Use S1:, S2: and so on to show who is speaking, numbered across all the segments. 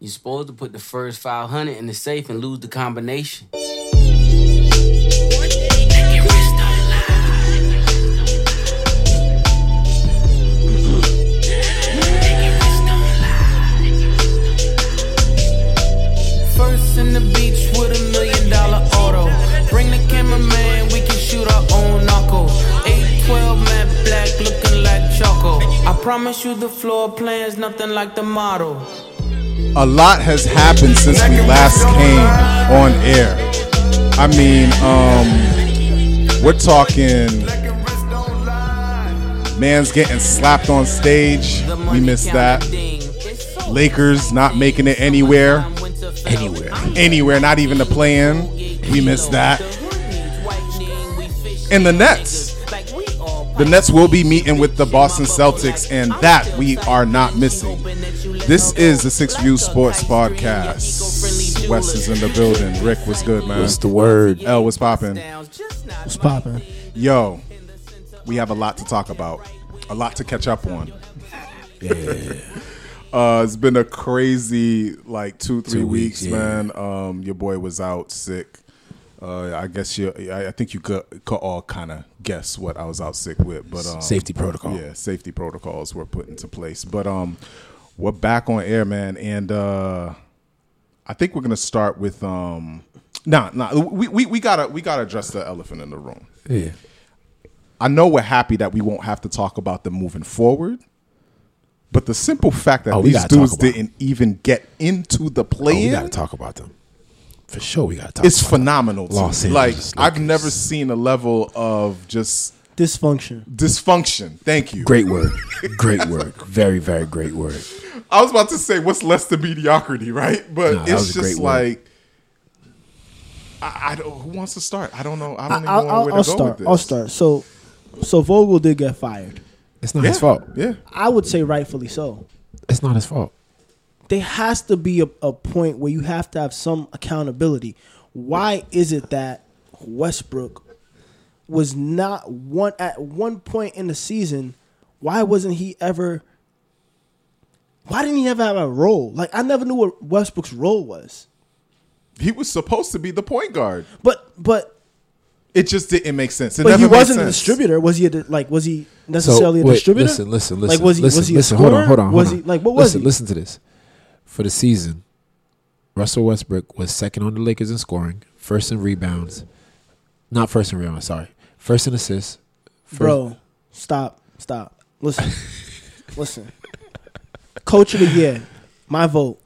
S1: You're supposed to put the first 500 in the safe and lose the combination.
S2: First in the beach with a million dollar auto. Bring the cameraman, we can shoot our own knuckle. 812 matte black, looking like Choco. I promise you the floor plan's nothing like the model.
S3: A lot has happened since we last came on air. I mean, um, we're talking. Man's getting slapped on stage. We missed that. Lakers not making it anywhere.
S2: Anywhere.
S3: Anywhere, not even the play-in. We missed that. And the Nets. The Nets will be meeting with the Boston Celtics, and that we are not missing. This is the Six View Sports Podcast. Wes is in the building. Rick, what's good, man?
S4: It's the word.
S3: L, what's popping?
S4: It's popping.
S3: Yo, we have a lot to talk about, a lot to catch up on. Uh, it's been a crazy like two, three
S4: Two
S3: weeks,
S4: weeks, yeah.
S3: man. Um, your boy was out sick. Uh, I guess you. I, I think you could, could all kind of guess what I was out sick with, but um,
S4: Safety protocol.
S3: Yeah, safety protocols were put into place, but um, we're back on air, man, and uh, I think we're gonna start with um, nah, nah. We, we we gotta we gotta address the elephant in the room.
S4: Yeah.
S3: I know we're happy that we won't have to talk about them moving forward, but the simple fact that
S4: Oh, we
S3: these
S4: gotta talk
S3: dudes
S4: about it.
S3: didn't even get into the
S4: Oh, we
S3: play
S4: gotta talk about them. For sure, we gotta talk.
S3: it's
S4: about
S3: phenomenal. to
S4: Los
S3: me.
S4: Angeles
S3: like I've
S4: Lakers.
S3: never seen a level of just
S5: dysfunction.
S3: dysfunction. Thank you.
S4: them. Great word. Great word. Very, very great word.
S3: I was about to say what's less than mediocrity, right? But
S4: Nah, that
S3: it's
S4: was a
S3: just
S4: great word.
S3: like I, I don't. Who wants to start? I don't know. I don't
S5: I,
S3: even
S5: I'll,
S3: know where
S5: I'll,
S3: to
S5: I'll
S3: go with
S5: start.
S3: this.
S5: I'll start. So, so Vogel did get fired.
S4: It's not
S3: Yeah.
S4: his fault.
S3: Yeah.
S5: I would say rightfully so.
S4: It's not his fault.
S5: There has to be a, a point where you have to have some accountability. Why is it that Westbrook was not one at one point in the season? Why wasn't he ever? Why didn't he ever have a role? Like I never knew what Westbrook's role was.
S3: He was supposed to be the point guard.
S5: But but
S3: It just didn't make sense. It
S5: but
S3: never
S5: he
S3: made
S5: wasn't a
S3: sense.
S5: distributor. Was he a, di- like? Was he necessarily a
S4: wait,
S5: distributor?
S4: Listen, listen, listen.
S5: Like was he
S4: listen,
S5: was he a
S4: listen,
S5: scorer?
S4: Hold on, hold on. hold
S5: Was
S4: on.
S5: he like what was
S4: listen,
S5: he?
S4: Listen to this. For the season, Russell Westbrook was second on the Lakers in scoring, first in rebounds, not first in rebounds. Sorry, first in assists. First,
S5: Bro, stop, stop. Listen, listen. Coach of the year, my vote,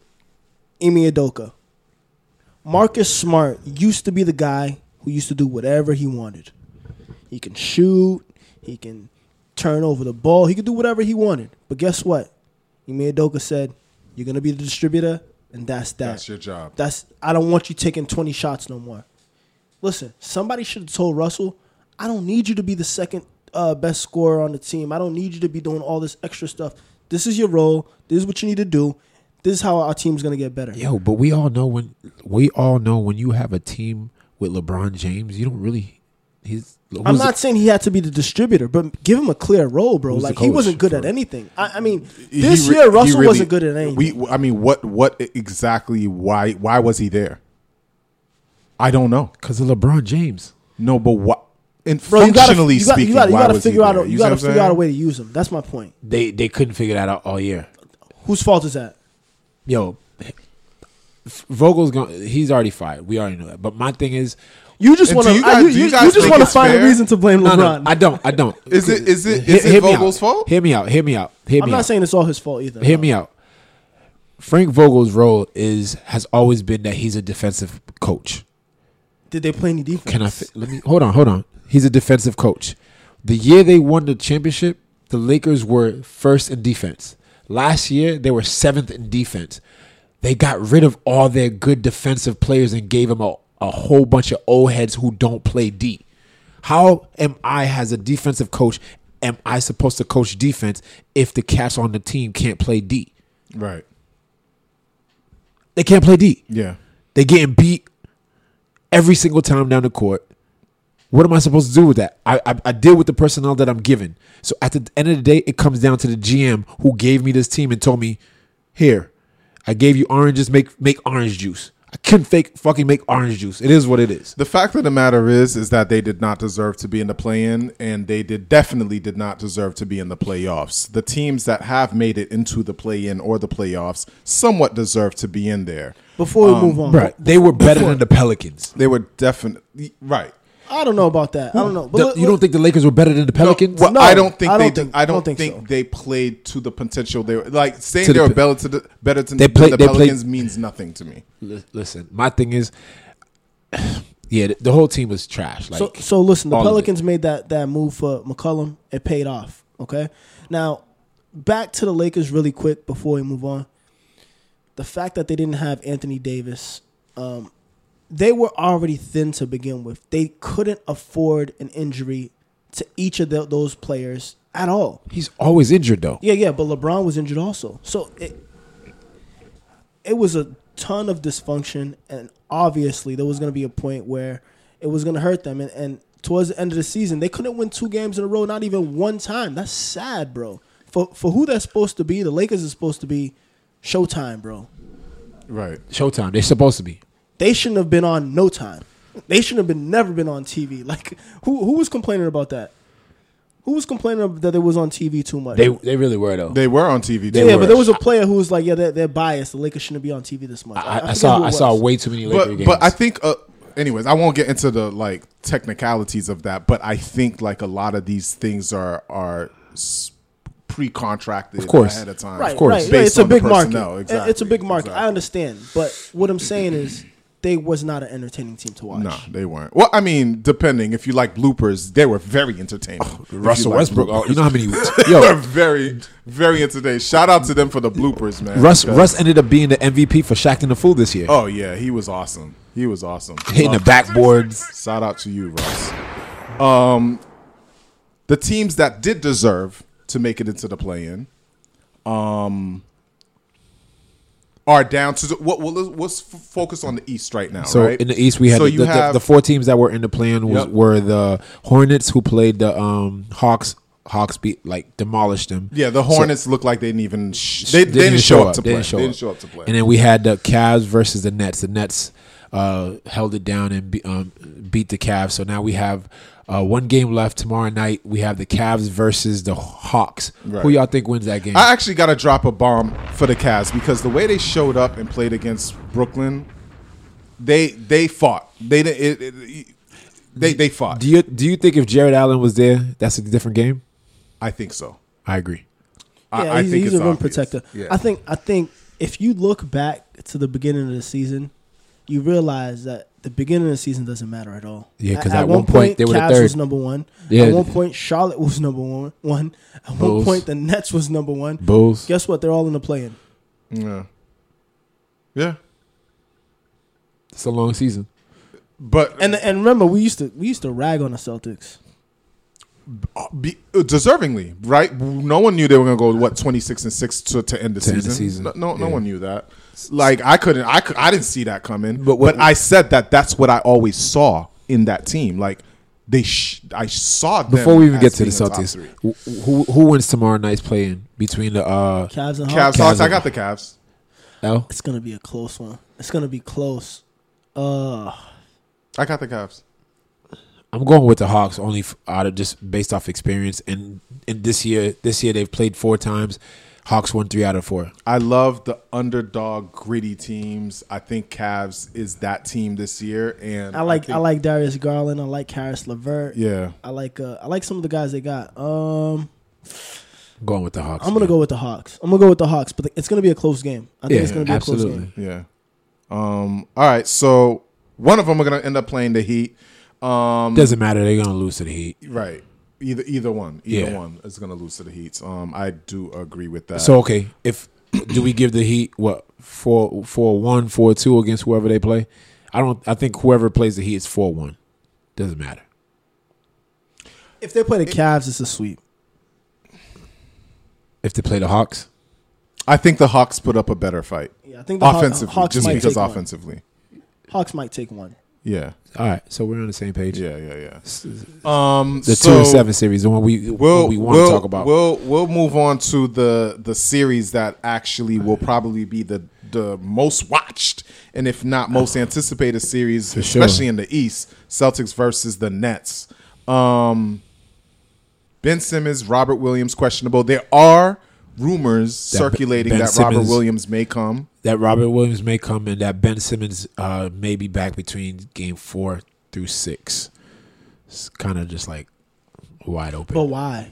S5: Emi Adoka. Marcus Smart used to be the guy who used to do whatever he wanted. He can shoot, he can turn over the ball, he could do whatever he wanted. But guess what? Emi Adoka said, "You're gonna be the distributor, and that's that.
S3: That's your job.
S5: That's I don't want you taking 20 shots no more. Listen, somebody should have told Russell, I don't need you to be the second uh, best scorer on the team. I don't need you to be doing all this extra stuff. This is your role. This is what you need to do. This is how our team's gonna get better.
S4: Yo, but we all know when we all know when you have a team with LeBron James, you don't really. He's.
S5: I'm
S4: who's
S5: not saying he had to be the distributor, but give him a clear role, bro.
S4: Who's the
S5: Like he wasn't
S4: coach
S5: good at
S4: for-
S5: anything. I, I mean,
S3: He
S5: this
S3: re-
S5: year
S3: he
S5: Russell
S3: really-
S5: wasn't good at anything.
S3: We, I mean, what, what exactly? Why, why was he there? I don't know.
S4: because of LeBron James.
S3: No, but what? And
S5: bro, you gotta,
S3: functionally
S5: you gotta,
S3: speaking,
S5: you gotta, you
S3: why
S5: gotta
S3: was
S5: figure
S3: he
S5: out
S3: there?
S5: a,
S3: You
S5: you
S3: see what
S5: gotta
S3: I'm
S5: figure out a
S3: saying?
S5: way to use him. That's my point.
S4: They they couldn't figure that out all year.
S5: Whose fault is that?
S4: Yo, Vogel's going. He's already fired. We already know that. But my thing is,
S5: You just
S3: And
S5: want to
S3: do you guys-
S5: you,
S3: do you
S5: you,
S3: guys
S5: you just
S3: think
S5: want to
S3: it's
S5: find
S3: fair?
S5: a reason to blame
S4: no,
S5: LeBron.
S4: no, I don't. I don't.
S3: Is it- is it-
S4: Hear-
S3: is it
S4: hear me
S3: Vogel's
S4: out.
S3: fault?
S4: Hear me out. Hear me out. Hear me
S5: I'm
S4: out.
S5: not saying it's all his fault either.
S4: Hear me out. Frank Vogel's role is has always been that he's a defensive coach.
S5: Did they play any defense?
S4: Can I fi- let me hold on? Hold on. He's a defensive coach. The year they won the championship, the Lakers were first in defense. Last year, they were seventh in defense. They got rid of all their good defensive players and gave them a, a whole bunch of old heads who don't play D. How am I, as a defensive coach, am I supposed to coach defense if the cats on the team can't play D?
S3: Right.
S4: They can't play D.
S3: Yeah.
S4: They getting beat every single time down the court. What am I supposed to do with that? I, I I deal with the personnel that I'm given. So at the end of the day, it comes down to the GM who gave me this team and told me, here, I gave you oranges. Make make orange juice. I couldn't fake fucking make orange juice. It is what it is.
S3: The fact of the matter is, is that they did not deserve to be in the play-in, and they did definitely did not deserve to be in the playoffs. The teams that have made it into the play-in or the playoffs somewhat deserve to be in there.
S5: Before
S4: Um,
S5: we move on,
S4: Right. They were better than the Pelicans.
S3: They were definitely right.
S5: I don't know about that. I don't know. But
S4: The-
S5: look-
S4: you don't think the Lakers were better than the Pelicans?
S3: Well,
S5: No,
S3: I don't think
S5: I
S3: they.
S5: don't
S3: did-
S5: think-
S3: I don't,
S5: don't think
S3: think,
S5: so.
S3: they played to the potential. They were like saying
S4: To
S3: they
S4: the
S3: were
S4: pe-
S3: better to the better than
S4: They
S3: than
S4: play-
S3: the
S4: they play-
S3: Pelicans means nothing to me.
S4: Li- Listen, my thing is, yeah, the, the whole team was trash. Like,
S5: so, so listen, the
S4: all of it.
S5: Pelicans made that that move for McCollum. It paid off. Okay. Now, back to the Lakers really quick before we move on. The fact that they didn't have Anthony Davis, um, they were already thin to begin with. They couldn't afford an injury to each of tho- those players at all.
S4: he's always injured though.
S5: Yeah, yeah, but LeBron was injured also. So it it was a ton of dysfunction and obviously there was gonna be a point where it was gonna hurt them and, and towards the end of the season they couldn't win two games in a row, not even one time. That's sad, bro. For for who they're supposed to be, the Lakers is supposed to be showtime, bro.
S3: Right.
S4: Showtime. They're supposed to be.
S5: They shouldn't have been on no time. They shouldn't have been never been on TV. Like who who was complaining about that? Who was complaining that it was on TV too much?
S4: They they really were though.
S3: They were on TV. They
S5: yeah,
S3: were.
S5: but there was a player who was like, "Yeah, they're, they're biased. The Lakers shouldn't be on TV this much."
S4: I, I,
S5: forget who
S4: saw
S5: it
S4: I
S5: was.
S4: saw way too many Laker
S3: but
S4: games.
S3: but I think. Uh, anyways, I won't get into the like technicalities of that, but I think like a lot of these things are are s- pre-contracted
S4: Of course.
S3: ahead of time.
S5: right,
S4: course.
S5: right.
S3: based
S5: Yeah, it's
S3: on
S5: a big
S3: the
S5: market.
S3: personnel.
S5: It- It's a big market. I
S3: Exactly.
S5: understand, but what I'm saying is, they was not an entertaining team to watch.
S3: No, they weren't. Well, I mean, depending if you like bloopers, they were very entertaining. If you
S4: Oh, Russell
S3: like
S4: Westbrook.
S3: bloopers.
S4: oh, you know how many?
S3: They're
S4: Yo,
S3: very, very entertaining. Shout out to them for the bloopers, man.
S4: Russ
S3: because-
S4: Russ ended up being the MVP for Shaq and the Fool this year.
S3: Oh yeah, he was awesome. He was awesome.
S4: Hitting the
S3: Love him.
S4: backboards.
S3: Shout out to you, Russ. Um, the teams that did deserve to make it into the play-in, um, are down to the, what? Well, let's, let's f- focus on the East right now.
S4: So
S3: right?
S4: in the East, we had
S3: So
S4: the,
S3: you
S4: the,
S3: have-
S4: the four teams that were in the plan was
S3: Yep.
S4: were the Hornets, who played the um, Hawks. Hawks beat like demolished them.
S3: Yeah, the
S4: So-
S3: Hornets looked like they didn't even sh- they, they didn't, show up to
S4: They
S3: play.
S4: didn't show,
S3: they
S4: up.
S3: didn't show up to play.
S4: And then we had the Cavs versus the Nets. The Nets uh, held it down and be, um, beat the Cavs. So now we have uh, one game left tomorrow night. We have the Cavs versus the Hawks.
S3: Right.
S4: Who y'all think wins that game?
S3: I actually got to drop a bomb for the Cavs because the way they showed up and played against Brooklyn, they they fought. They didn't. It, it- it- they they fought.
S4: do you do you think if Jared Allen was there, that's a different game?
S3: I think so.
S4: I agree.
S3: I,
S5: Yeah,
S3: I
S5: he's,
S3: think
S5: he's
S3: it's
S5: a rim
S3: obvious.
S5: protector.
S3: Yeah.
S5: I think. I think if you look back to the beginning of the season, you realize that the beginning of the season doesn't matter at all.
S4: Yeah, 'cause
S5: A-
S4: at one point, they were the
S5: Cavs
S4: third.
S5: was number one.
S4: Yeah.
S5: At one point, Charlotte was number one. One. At one
S4: Bulls.
S5: point, the Nets was number one.
S4: Bulls.
S5: Guess what? They're all in the play-in.
S3: yeah, yeah.
S4: It's a long season.
S3: But
S5: And and remember, we used to we used to rag on the Celtics.
S3: be, uh, deservingly, right? No one knew they were going to go what twenty six and six to, to end the
S4: end
S3: season.
S4: the season.
S3: No, no, no
S4: Yeah.
S3: one knew that. Like I couldn't, I could, I didn't see that coming. But,
S4: But what-
S3: but I said that that's what I always saw in that team. Like they, sh- I saw them
S4: Before we even
S3: as
S4: get to the
S3: being a top
S4: Celtics,
S3: three.
S4: wh- who who wins tomorrow night's playing between the uh
S5: Cavs and
S3: Cavs,
S5: Hawks.
S3: Hawks. I got the Cavs.
S4: L?
S5: It's gonna be a close one. It's gonna be close. Uh,
S3: I got the Cavs.
S4: I'm going with the Hawks only f- out of just based off experience and and this year this year they've played four times. Hawks won three out of four.
S3: I love the underdog, gritty teams. I think Cavs is that team this year, and
S5: I like I,
S3: think-
S5: like Darius Garland. I like Harris Levert.
S3: yeah.
S5: I like uh, I like some of the guys they got. Um,
S4: I'm going with the Hawks.
S5: I'm gonna go with the Hawks. I'm gonna go with the Hawks, but it's gonna be a close game. I think
S4: Yeah,
S5: it's gonna be a close
S4: absolutely.
S5: game.
S3: Yeah. Um. All right. So one of them are gonna end up playing the Heat. Um.
S4: Doesn't matter. They're gonna lose to the Heat.
S3: right. Either either one. Either
S4: Yeah.
S3: one is gonna lose to the Heat. Um. I do agree with that.
S4: So okay, if do we give the Heat what four four one four two against whoever they play? I don't. I think whoever plays the Heat is four one. Doesn't matter.
S5: If they play the Cavs, it's a sweep.
S4: If they play the Hawks,
S3: I think the Hawks put up a better fight
S5: Yeah, I think the Haw-
S3: offensively,
S5: Hawks
S3: just
S5: might
S3: because
S5: take
S3: offensively.
S5: one. Hawks might take one.
S3: Yeah.
S4: All right, so we're on the same page.
S3: Yeah. Yeah. Yeah. Um.
S4: The
S3: so
S4: two and seven series, the one we
S3: We'll,
S4: we want
S3: we'll,
S4: to talk about.
S3: We'll we'll move on to the the series that actually will probably be the the most watched and if not most anticipated series,
S4: sure.
S3: especially in the East, Celtics versus the Nets. Um. Ben Simmons, Robert Williams, questionable. There are rumors
S4: That Ben-
S3: circulating
S4: Ben
S3: that Robert
S4: Simmons-
S3: Williams may come.
S4: that Robert Williams may come and that Ben Simmons uh, may be back between game four through six. It's kind of just like wide open.
S5: But why?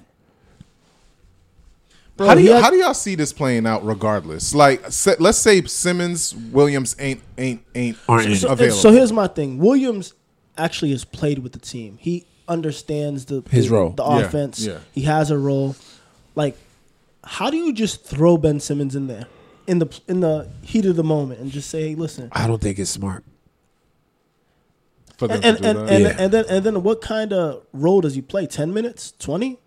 S5: Bro,
S3: how do
S5: he
S3: you,
S5: had-
S3: how do y'all see this playing out? Regardless, like se- let's say Simmons, Williams ain't ain't ain't
S4: Aren't in.
S5: so,
S3: available.
S5: so here's my thing. Williams actually has played with the team. He understands the
S4: His
S5: the-
S4: role.
S5: the
S3: Yeah,
S5: offense.
S3: yeah.
S5: He has a role. Like, how do you just throw Ben Simmons in there in the in the heat of the moment and just say, hey, listen?
S4: I don't think it's smart.
S3: for them
S5: And and
S3: to do
S5: and,
S3: that.
S5: and,
S4: Yeah.
S5: and then and then what kind of role does he play? Ten minutes? Twenty?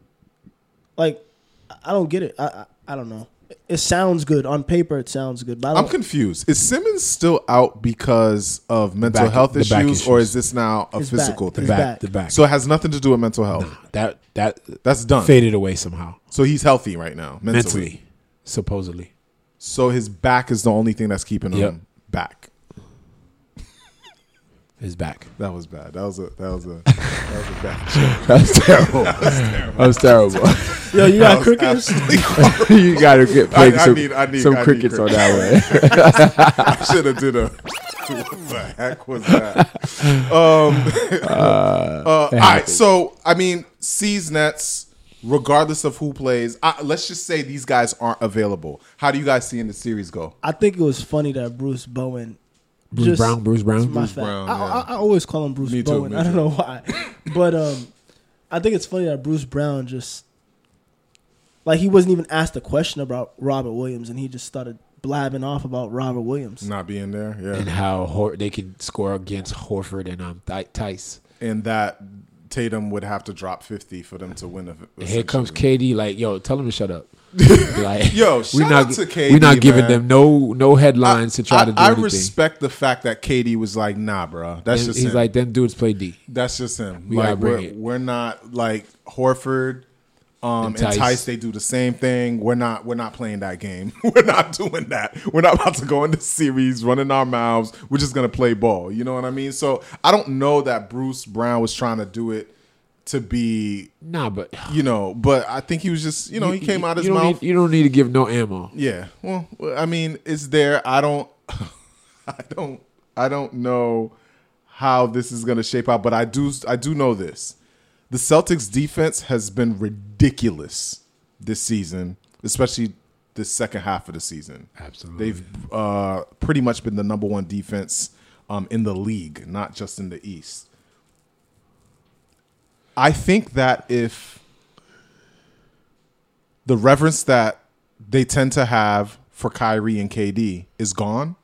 S5: Like, I- I don't get it. I I, I don't know. It sounds good on paper. It sounds good, but I
S3: I'm
S4: Oh.
S5: don't,
S3: confused. Is Simmons still out because of mental
S4: back-
S3: health
S4: the
S3: issues,
S4: back
S3: or
S4: issues.
S3: is this now a
S5: His back,
S3: physical
S5: his
S3: thing?
S4: Back,
S5: back.
S4: the back.
S3: So it has nothing to do with mental health.
S4: that that
S3: That's done.
S4: faded away somehow
S3: So he's healthy right now mentally.
S4: mentally, supposedly.
S3: So his back is the only thing that's keeping
S4: Yep.
S3: him back.
S4: His back.
S3: That was bad. That was a that was a that was a bad joke.
S4: That was terrible. that was terrible.
S5: Yo,
S3: That
S5: you got
S3: was
S5: crickets?
S3: absolutely
S4: you gotta get
S3: I- I some- need- I need- some I need crickets on
S4: that one.
S3: I should have did a. What the heck was that? Um, uh, all right, so I mean, C's Nets, regardless of who plays, I, let's just say these guys aren't available. How do you guys see in the series go?
S5: I think it was funny that Bruce Bowen.
S4: Bruce Brown, Bruce Brown.
S5: my
S4: Bruce
S5: fact.
S3: Brown,
S5: I,
S3: yeah.
S5: I, I always call him Bruce
S3: Me too,
S5: Bowen.
S3: me
S5: I don't
S3: too.
S5: know why, but um, I think it's funny that Bruce Brown just like he wasn't even asked a question about Robert Williams, and he just started blabbing off about Robert Williams.
S3: Not being there,
S4: and
S3: yeah,
S4: how Hor- they could score against Horford and um Th- Tice.
S3: and that Tatum would have to drop fifty for them to win. a-
S4: Here comes
S3: essentially.
S4: KD. Like, yo, tell him to shut up. like,
S3: Yo,
S4: we
S3: shout
S4: not
S3: out to
S4: We're
S3: KD,
S4: not giving
S3: man.
S4: them no no headlines to try
S3: I,
S4: to do
S3: I
S4: anything.
S3: respect the fact that KD was like, "Nah, bro, that's
S4: And
S3: just
S4: he's
S3: him.
S4: like, them dudes play D.
S3: That's just him.
S4: We gotta
S3: like
S4: bring
S3: we're,
S4: it.
S3: we're not like Horford um, and,
S4: And
S3: Tice.
S4: Tice.
S3: They do the same thing. We're not. We're not playing that game. we're not doing that. We're not about to go into series running our mouths. We're just gonna play ball. You know what I mean? So I don't know that Bruce Brown was trying to do it to be,
S4: Nah, but
S3: you know, but I think he was just, you know, he came out his
S4: you don't
S3: mouth.
S4: Need, you don't need to give no ammo.
S3: Yeah. Well, I mean, it's there. I don't I don't I don't know how this is going to shape out, but I do I do know this. The Celtics defense has been ridiculous this season, especially the second half of the season.
S4: Absolutely.
S3: They've uh, pretty much been the number one defense um, in the league, not just in the East. I think that if the reverence that they tend to have for Kyrie and KD is gone,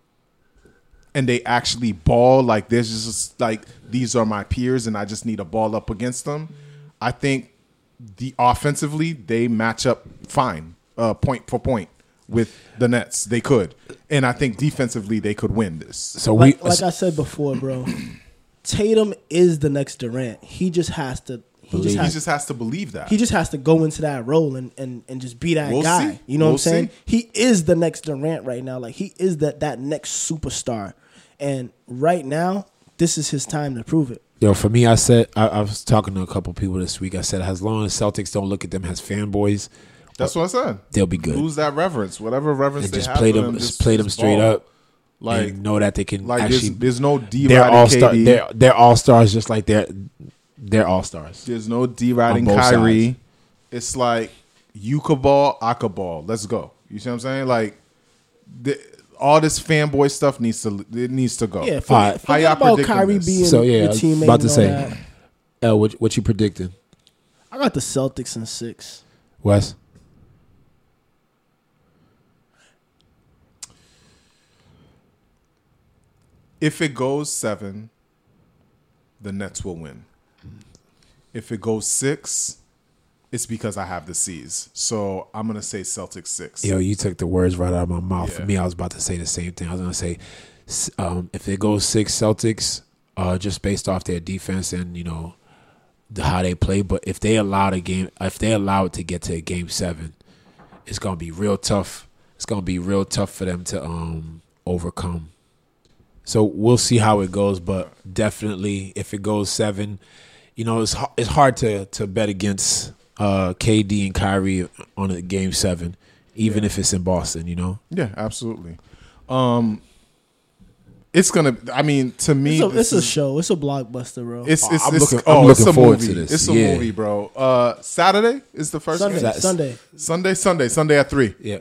S3: and they actually ball like there's just like these are my peers, and I just need a ball up against them. I think the offensively they match up fine, uh, point for point with the Nets. They could, and I think defensively they could win this.
S4: So
S5: Like,
S4: we
S5: like I said before, bro, Tatum is the next Durant. He just has to. He just
S4: Believe.
S3: He
S5: has,
S3: just has to believe that.
S5: he just has to go into that role and and, and just be that
S3: We'll
S5: guy.
S3: see.
S5: You know
S3: We'll
S5: what I'm saying?
S3: see.
S5: He is the next Durant right now. Like he is that that next superstar. And right now, this is his time to prove it.
S4: yo for me, I said I, I was talking to a couple people this week. I said as long as Celtics don't look at them as fanboys,
S3: That's what I said.
S4: they'll be good.
S3: Lose that reverence, whatever reverence
S4: and
S3: they
S4: just
S3: have
S4: play
S3: for
S4: them, just
S3: just-
S4: play them
S3: just
S4: straight
S3: ball.
S4: up.
S3: Like
S4: and know that they can
S3: Like
S4: actually.
S3: there's, there's no D
S4: they're all
S3: riding
S4: star.
S3: KD.
S4: They're they're all stars, just like they're they're all stars.
S3: There's no D riding
S4: On both
S3: Kyrie.
S4: sides.
S3: It's like you could ball, I could ball. Let's go. You see what I'm saying? Like the, all this fanboy stuff needs to it needs to go.
S5: Yeah,
S4: All
S3: How
S4: right.
S5: forget, forget
S3: y'all
S5: about
S3: predicting
S5: Kyrie
S3: this?
S5: being
S4: So yeah, I
S5: your
S4: was
S5: teammate.
S4: about to
S5: and all
S4: say,
S5: that.
S4: L, what what you predicting,
S5: I got the Celtics in six.
S4: Wes?
S3: If it goes seven, the Nets will win. If it goes six, it's because I have the C's. So I'm gonna say Celtics six.
S4: Yo, you took the words right out of my mouth.
S3: Yeah.
S4: For me, I was about to say the same thing. I was gonna say, s- um, if it goes six Celtics, uh, just based off their defense and you know the, how they play. But if they allow the game, if they allow it to get to game seven, it's gonna be real tough. It's gonna be real tough for them to um overcome. So we'll see how it goes, but definitely if it goes seven, you know it's har- it's hard to to bet against uh, KD and Kyrie on a game seven, even if it's in Boston. You know,
S3: Yeah, absolutely. Um, it's gonna. I mean, to me,
S5: It's a,
S3: this
S5: it's a
S3: is-
S5: show. It's a blockbuster, bro.
S3: It's it's,
S4: I'm
S3: it's
S4: looking-
S3: oh,
S4: I'm
S3: it's
S4: looking
S3: a
S4: forward
S3: movie.
S4: to this.
S3: It's a
S4: Yeah.
S3: movie, bro. Uh, Saturday is the first
S5: Sunday,
S3: game?
S4: that's-
S5: Sunday.
S3: Sunday, Sunday, Sunday at three.
S4: yeah.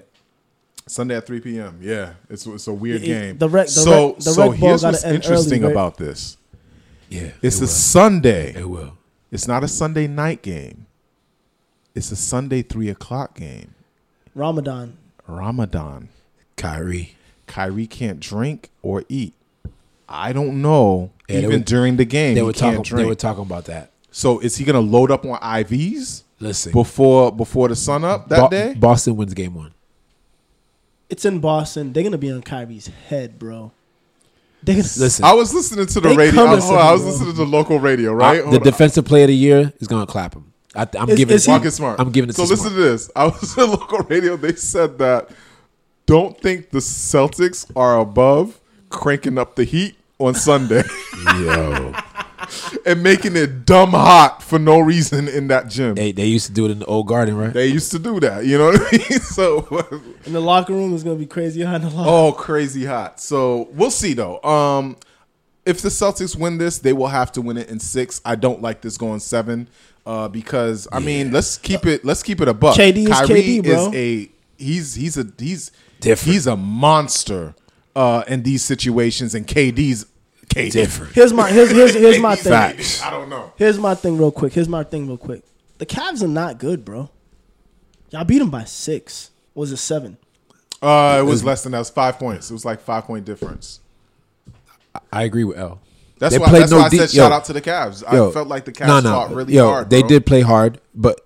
S3: Sunday at three p.m. Yeah, it's it's a weird
S5: Yeah, it-
S3: game.
S5: the rec- the
S3: so
S5: rec- the
S3: so
S5: rec ball
S3: here's
S5: gotta
S3: what's
S5: end early,
S3: interesting
S5: right?
S3: about this.
S4: Yeah,
S3: It's
S4: it
S3: a
S4: will.
S3: Sunday.
S4: It will.
S3: It's not a Sunday night game. It's a Sunday three o'clock game.
S5: Ramadan.
S3: Ramadan.
S4: Kyrie.
S3: Kyrie can't drink or eat. I don't know.
S4: Yeah, they
S3: even
S4: were-
S3: during the game,
S4: They
S3: he
S4: were
S3: can't
S4: talking.
S3: drink.
S4: They were talking about that.
S3: so is he gonna load up on IVs
S4: Listen,
S3: before before the sun up that
S4: Bo-
S3: day?
S4: Boston wins game one.
S5: It's in Boston. They're gonna be on Kyrie's head, bro. They're gonna
S4: Listen,
S3: I was listening to the
S5: They
S3: radio.
S5: coming
S3: I, hold on, I was
S5: to me,
S3: listening to local radio,
S4: I-
S3: right?
S4: the
S3: Hold on.
S4: defensive player of the year is gonna clap him. I, th- I'm
S5: Is-
S4: giving
S5: is
S4: it.
S5: he-
S3: Marcus Smart.
S4: I'm giving it
S3: So
S4: to
S3: listen
S4: Smart.
S3: to this. I was at local radio. They said that don't think the Celtics are above cranking up the heat on Sunday
S4: Yo,
S3: and making it dumb hot for no reason in that gym.
S4: they they used to do it in the old garden, right?
S3: They used to do that. You know what I mean? So
S5: in the locker room is gonna be crazy behind the locker.
S3: Oh, crazy hot. So we'll see though. Um, if the Celtics win this, they will have to win it in six. I don't like this going seven. Uh, because I mean, let's keep it. Let's keep it a buck.
S5: KD is KD, bro.
S3: is a he's he's a he's
S4: Different.
S3: he's a monster uh, in these situations, and KD's KD.
S4: Different.
S5: Here's my here's here's, here's my
S3: KD's
S5: thing.
S4: Facts.
S3: I don't know.
S5: Here's my thing, real quick. Here's my thing, real quick. The Cavs are not good, bro. Y'all beat them by six. Was it seven?
S3: Uh, it was less than that. It was five points. It was like five point difference.
S4: I agree with L.
S3: That's
S4: They
S3: why.
S4: played
S3: That's
S4: no
S3: why I
S4: de-
S3: said
S4: yo.
S3: shout out to the Cavs. I felt like the Cavs
S4: no, no.
S3: fought really
S4: Yo,
S3: hard.
S4: They
S3: bro.
S4: did play hard, but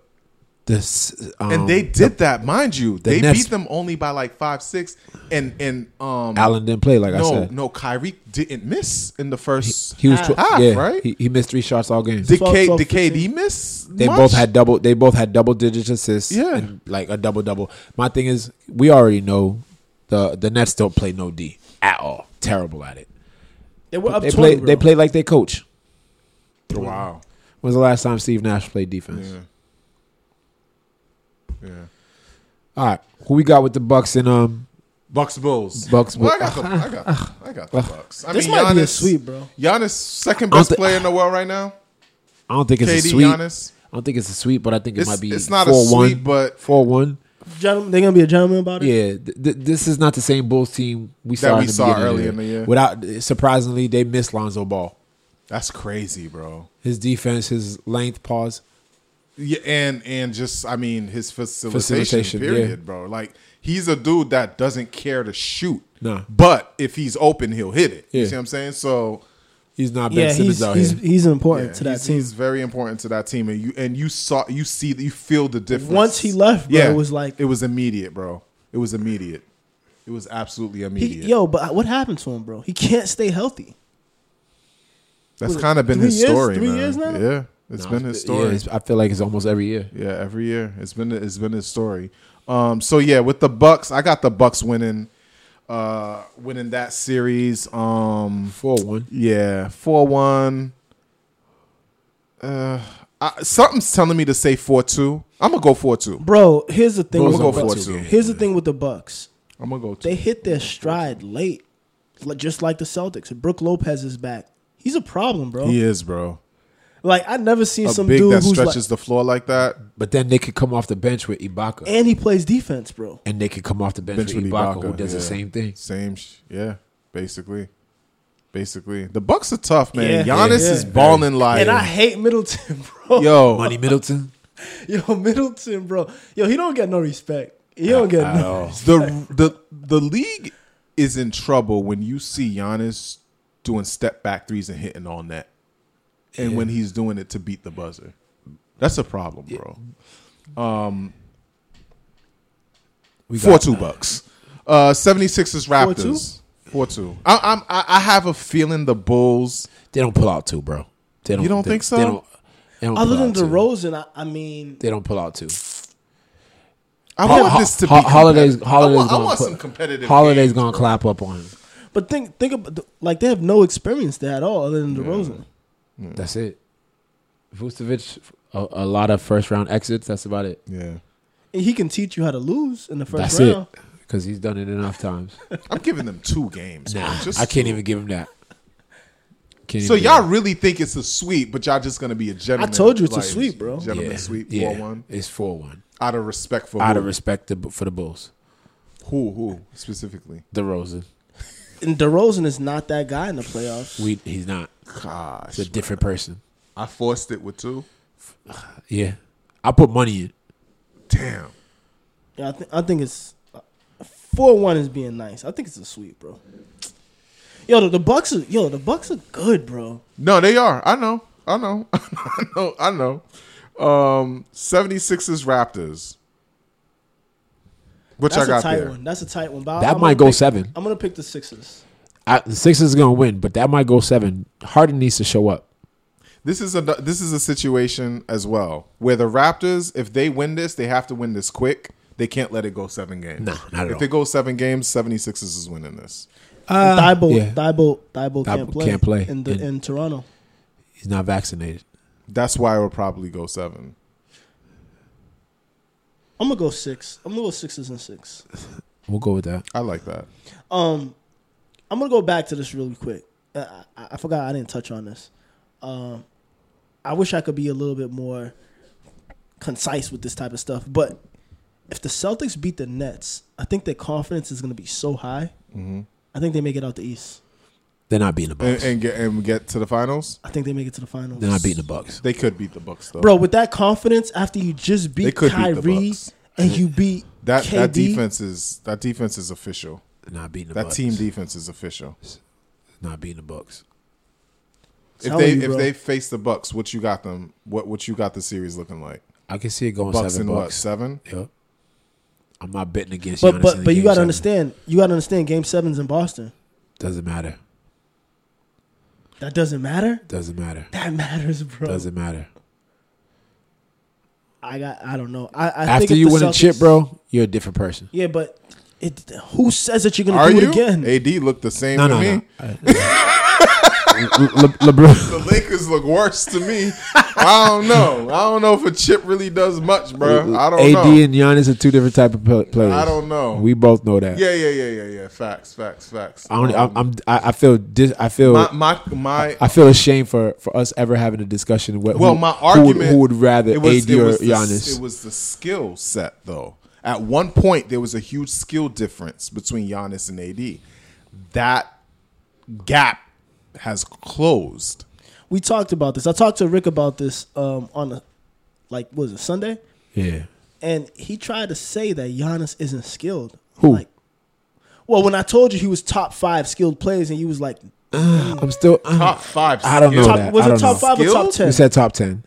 S4: this um,
S3: and they did that, mind you. They
S4: Nets-
S3: beat them only by like five, six, and and um.
S4: Allen didn't play. Like I
S3: no,
S4: said,
S3: no, Kyrie didn't miss in the first.
S4: he was tw-
S3: half,
S4: yeah,
S3: right?
S4: He, he missed three shots all game.
S3: did,
S5: 12,
S3: K,
S5: 12,
S3: did KD
S5: 15.
S3: miss?
S4: They
S3: much?
S4: both had double. They both had double digit assists.
S3: Yeah.
S4: and like a double double. My thing is, we already know the the Nets don't play no D at all. Terrible at it.
S5: They were up
S4: They
S5: 20,
S4: play.
S5: bro.
S4: They play like they coach.
S3: Wow.
S4: When's the last time Steve Nash played defense?
S3: Yeah. Yeah.
S4: All right, who we got with the Bucks and um
S3: Bucks Bulls.
S4: Bucks
S3: Well, I
S4: Bulls.
S3: got the, I got, I got the Bucks. I
S5: This
S3: mean,
S5: might be a
S3: Giannis-
S5: sweep, bro.
S3: Giannis, second best
S4: thi-
S3: player in the world right now.
S4: I don't think it's a
S3: KD,
S4: sweep.
S3: Giannis.
S4: I don't think it's a sweep, but I think it
S3: It's-
S4: might be.
S3: it's not a
S4: 4-1,
S3: sweep, but-
S4: four one.
S5: Gentlemen, they're gonna be a gentleman about it.
S4: Yeah, th- th- this is not the same Bulls team we saw
S3: we
S4: in the
S3: saw
S4: beginning of
S3: early in the year.
S4: Without surprisingly, they missed Lonzo Ball.
S3: That's crazy, bro.
S4: His defense, his length, pause.
S3: Yeah, and and just I mean his facilitation,
S4: Facilitation,
S3: period,
S4: yeah.
S3: bro. Like he's a dude that doesn't care to shoot.
S4: Nah.
S3: But if he's open, he'll hit it. You
S4: Yeah.
S3: see what I'm saying? So
S4: He's not Ben
S5: yeah.
S4: Simmons
S5: He's
S4: out
S5: he's,
S4: here.
S5: he's important
S3: yeah,
S5: to that
S3: he's,
S5: team.
S3: he's very important to that team. And you and you saw you see you feel the difference.
S5: Once he left, bro, it was like
S3: it was immediate, bro. It was immediate. It was absolutely
S5: he-
S3: immediate.
S5: yo. But what happened to him, bro? He can't stay healthy.
S3: That's kind of been
S5: three
S3: his
S5: years-
S3: story.
S5: three
S3: man.
S5: years now?
S3: Yeah. it's been his
S4: Yeah,
S3: story.
S4: it's- I feel like it's almost every year.
S3: Yeah, every year it's been it's been his story. Um, so yeah, with the Bucks, I got the Bucks winning, uh, winning that series. Um,
S4: Four one.
S3: yeah, four one. Uh, I, something's telling me to say four two. I'm gonna go four two.
S5: Bro, here's the thing.
S3: I'm
S5: With
S3: gonna
S5: the
S3: go four
S5: Bucks.
S3: two.
S5: Here's the thing with the Bucks.
S3: I'm gonna go two.
S5: They hit their stride late, li- just like the Celtics. Brooke Lopez is back. He's a problem, bro.
S3: he is, bro.
S5: Like I never seen
S3: A
S5: some
S3: big
S5: dude
S3: that
S5: who's like,
S3: stretches the floor like that.
S4: But then they could come off the bench with Ibaka, and,
S5: and he plays defense, bro.
S4: they could come off the bench,
S3: Bench
S4: with
S3: with
S4: Ibaka,
S3: Ibaka,
S4: who does the
S3: yeah.
S4: same thing.
S3: Same, sh- yeah, basically, basically. The Bucks are tough, man.
S5: Yeah.
S3: Giannis
S5: Yeah.
S3: is balling like
S5: And I hate Middleton, bro.
S3: yo.
S4: Money Middleton.
S5: Yo, Middleton, bro. Yo, he don't get no respect. He don't get
S4: at
S5: no.
S4: all.
S3: the the the league is in trouble when you see Giannis doing step back threes and hitting on that, and when he's doing it to beat the buzzer. That's a problem, bro. Um,
S4: We
S3: Four
S4: got-
S3: two bucks. Uh 76ers Raptors.
S5: 4-2?
S3: Four two. I, I'm. I, I have a feeling the Bulls.
S4: They don't pull out two, bro. They don't.
S3: You don't
S4: they-
S3: think so?
S4: They don't, they don't
S5: Other
S4: pull
S5: than
S4: out two.
S5: DeRozan, I, I mean,
S4: they don't pull out two.
S3: I
S4: Ho-
S3: want
S4: ho-
S3: this to
S4: ho-
S3: be
S4: holidays.
S3: competitive.
S4: Holidays.
S3: I want, I
S4: gonna
S3: want
S4: put-
S3: some competitive.
S4: Holidays
S3: games.
S4: gonna clap up on him.
S5: but think think about the- like they have no experience there at all, other than DeRozan.
S3: Hmm.
S4: That's it. Vucevic, a, a lot of first round exits. That's about it.
S3: Yeah,
S5: And he can teach you how to lose in the first
S4: That's
S5: round.
S4: it. Because he's done it enough times.
S3: I'm giving them two games.
S4: Nah,
S3: man. Just
S4: I can't
S3: two.
S4: even give him that. Can't
S3: So
S4: even give
S3: y'all
S4: him
S3: really think it's a sweep, but y'all just gonna be a gentleman.
S5: told you it's a sweep, bro.
S4: that.
S3: Gentleman sweep,
S4: yeah.
S3: four one.
S4: It's four one.
S3: Out of respect for
S4: Out
S3: who?
S4: of respect to, for the Bulls,
S3: who? Who specifically?
S4: DeRozan.
S5: And DeRozan is not that guy in the playoffs.
S4: We he's not.
S3: Gosh,
S4: He's a different person.
S3: I forced it with two.
S4: Yeah, I put money in.
S3: Damn.
S5: Yeah, I, th- I think it's uh, four one is being nice. I think it's a sweep, bro. Yo, the, the Bucks are yo, the Bucks are good, bro.
S3: No, they are. I know. I know. I know. I know. Um, 76ers Raptors. What
S5: That's
S3: y'all
S5: a
S3: got
S5: tight
S3: there?
S5: one. That's a tight one. But I-
S4: That
S5: I'm
S4: might go
S5: gonna pick-
S4: seven.
S5: I'm gonna pick the Sixers.
S4: I, the Sixers is gonna win, but that might go seven. Harden needs to show up.
S3: This is a this is a situation as well where the Raptors, if they win this, they have to win this quick. They can't let it go seven games.
S4: Nah, not at
S3: if
S4: all.
S3: they go seven games, 76ers is winning this.
S5: Uh, Thibault,
S4: yeah.
S5: Thibault, Thibault can't
S4: Thibault
S5: play.
S4: can't play.
S5: in, the,
S4: And-
S5: in Toronto.
S4: He's not vaccinated.
S3: That's why it would probably go seven.
S5: I'm gonna go six. I'm gonna go sixes and six.
S4: We'll go with that.
S3: I like that.
S5: Um, I'm gonna go back to this really quick. I, I, I forgot I didn't touch on this. Um, I wish I could be a little bit more concise with this type of stuff. But if the Celtics beat the Nets, I think their confidence is gonna be so high. I think they make it out the East.
S4: They're not beating the
S3: And,
S4: Bucks.
S3: and get and get to the finals.
S5: I think they make it to the finals.
S4: They're not beating the Bucks.
S3: They could beat the Bucks though.
S5: Bro, with that confidence, after you just beat
S3: They could beat the
S5: Kyrie
S3: Bucks.
S5: and you beat
S3: that
S5: KD,
S3: that defense is that defense is official.
S4: They're not beating the
S3: That
S4: Bucks.
S3: team defense is official.
S4: not beating the Bucks.
S3: If
S5: Telling
S3: they
S5: you,
S3: if
S5: bro.
S3: they face the Bucks, what you got them? What what you got the series looking like?
S4: I can see it going
S3: Bucks
S4: seven
S3: and what
S4: Bucks.
S3: seven?
S4: Yep. I'm not betting against.
S5: But
S4: Giannis in
S5: but
S4: the
S5: but you
S4: game
S5: gotta
S4: seven.
S5: understand. You gotta understand. Game sevens in Boston.
S4: Doesn't matter.
S5: That doesn't matter.
S4: Doesn't matter.
S5: That matters, bro.
S4: Doesn't matter.
S5: I got. I don't know. I, I think
S4: After
S5: if
S4: you
S5: the
S4: win a
S5: Celtics-
S4: chip, bro, you're a different person.
S5: Yeah, but it. Who says that you're gonna
S3: Are
S5: do
S3: you?
S5: it again?
S3: Ad look the same
S4: No,
S3: to
S4: no,
S3: me.
S4: no. Le- Le- LeBron.
S3: The Lakers look worse to me. I don't know. I don't know if a chip really does much, bro. I don't
S4: AD
S3: know.
S4: and Giannis are two different type of pl- players.
S3: I don't know.
S4: We both know that.
S3: yeah, yeah, yeah, yeah, yeah. Facts, facts, facts.
S4: I don't.
S3: Um,
S4: I'm. I'm I, I feel. Dis, I feel.
S3: my my, my
S4: I feel ashamed for, for us ever having a discussion. What,
S3: well,
S4: who,
S3: my
S4: who would-
S3: argument
S4: Who would, rather
S3: it was-
S4: AD
S3: it
S4: or
S3: was the-
S4: Giannis?
S3: it was the skill set, though. At one point, there was a huge skill difference between Giannis and AD. That gap has closed.
S5: We talked about this. I talked to Rick about this um, on a, like, what was it Sunday?
S4: yeah.
S5: And he tried to say that Giannis isn't skilled. I'm
S4: Who?
S5: Like, well, when I told you he was top five skilled players, and you was like,
S4: I'm still.
S3: Top five.
S4: I don't know
S3: skilled.
S4: that.
S5: top, was
S4: I
S5: it
S4: don't
S5: top
S4: know.
S5: five or top
S3: Skilled?
S5: ten?
S4: You said top ten.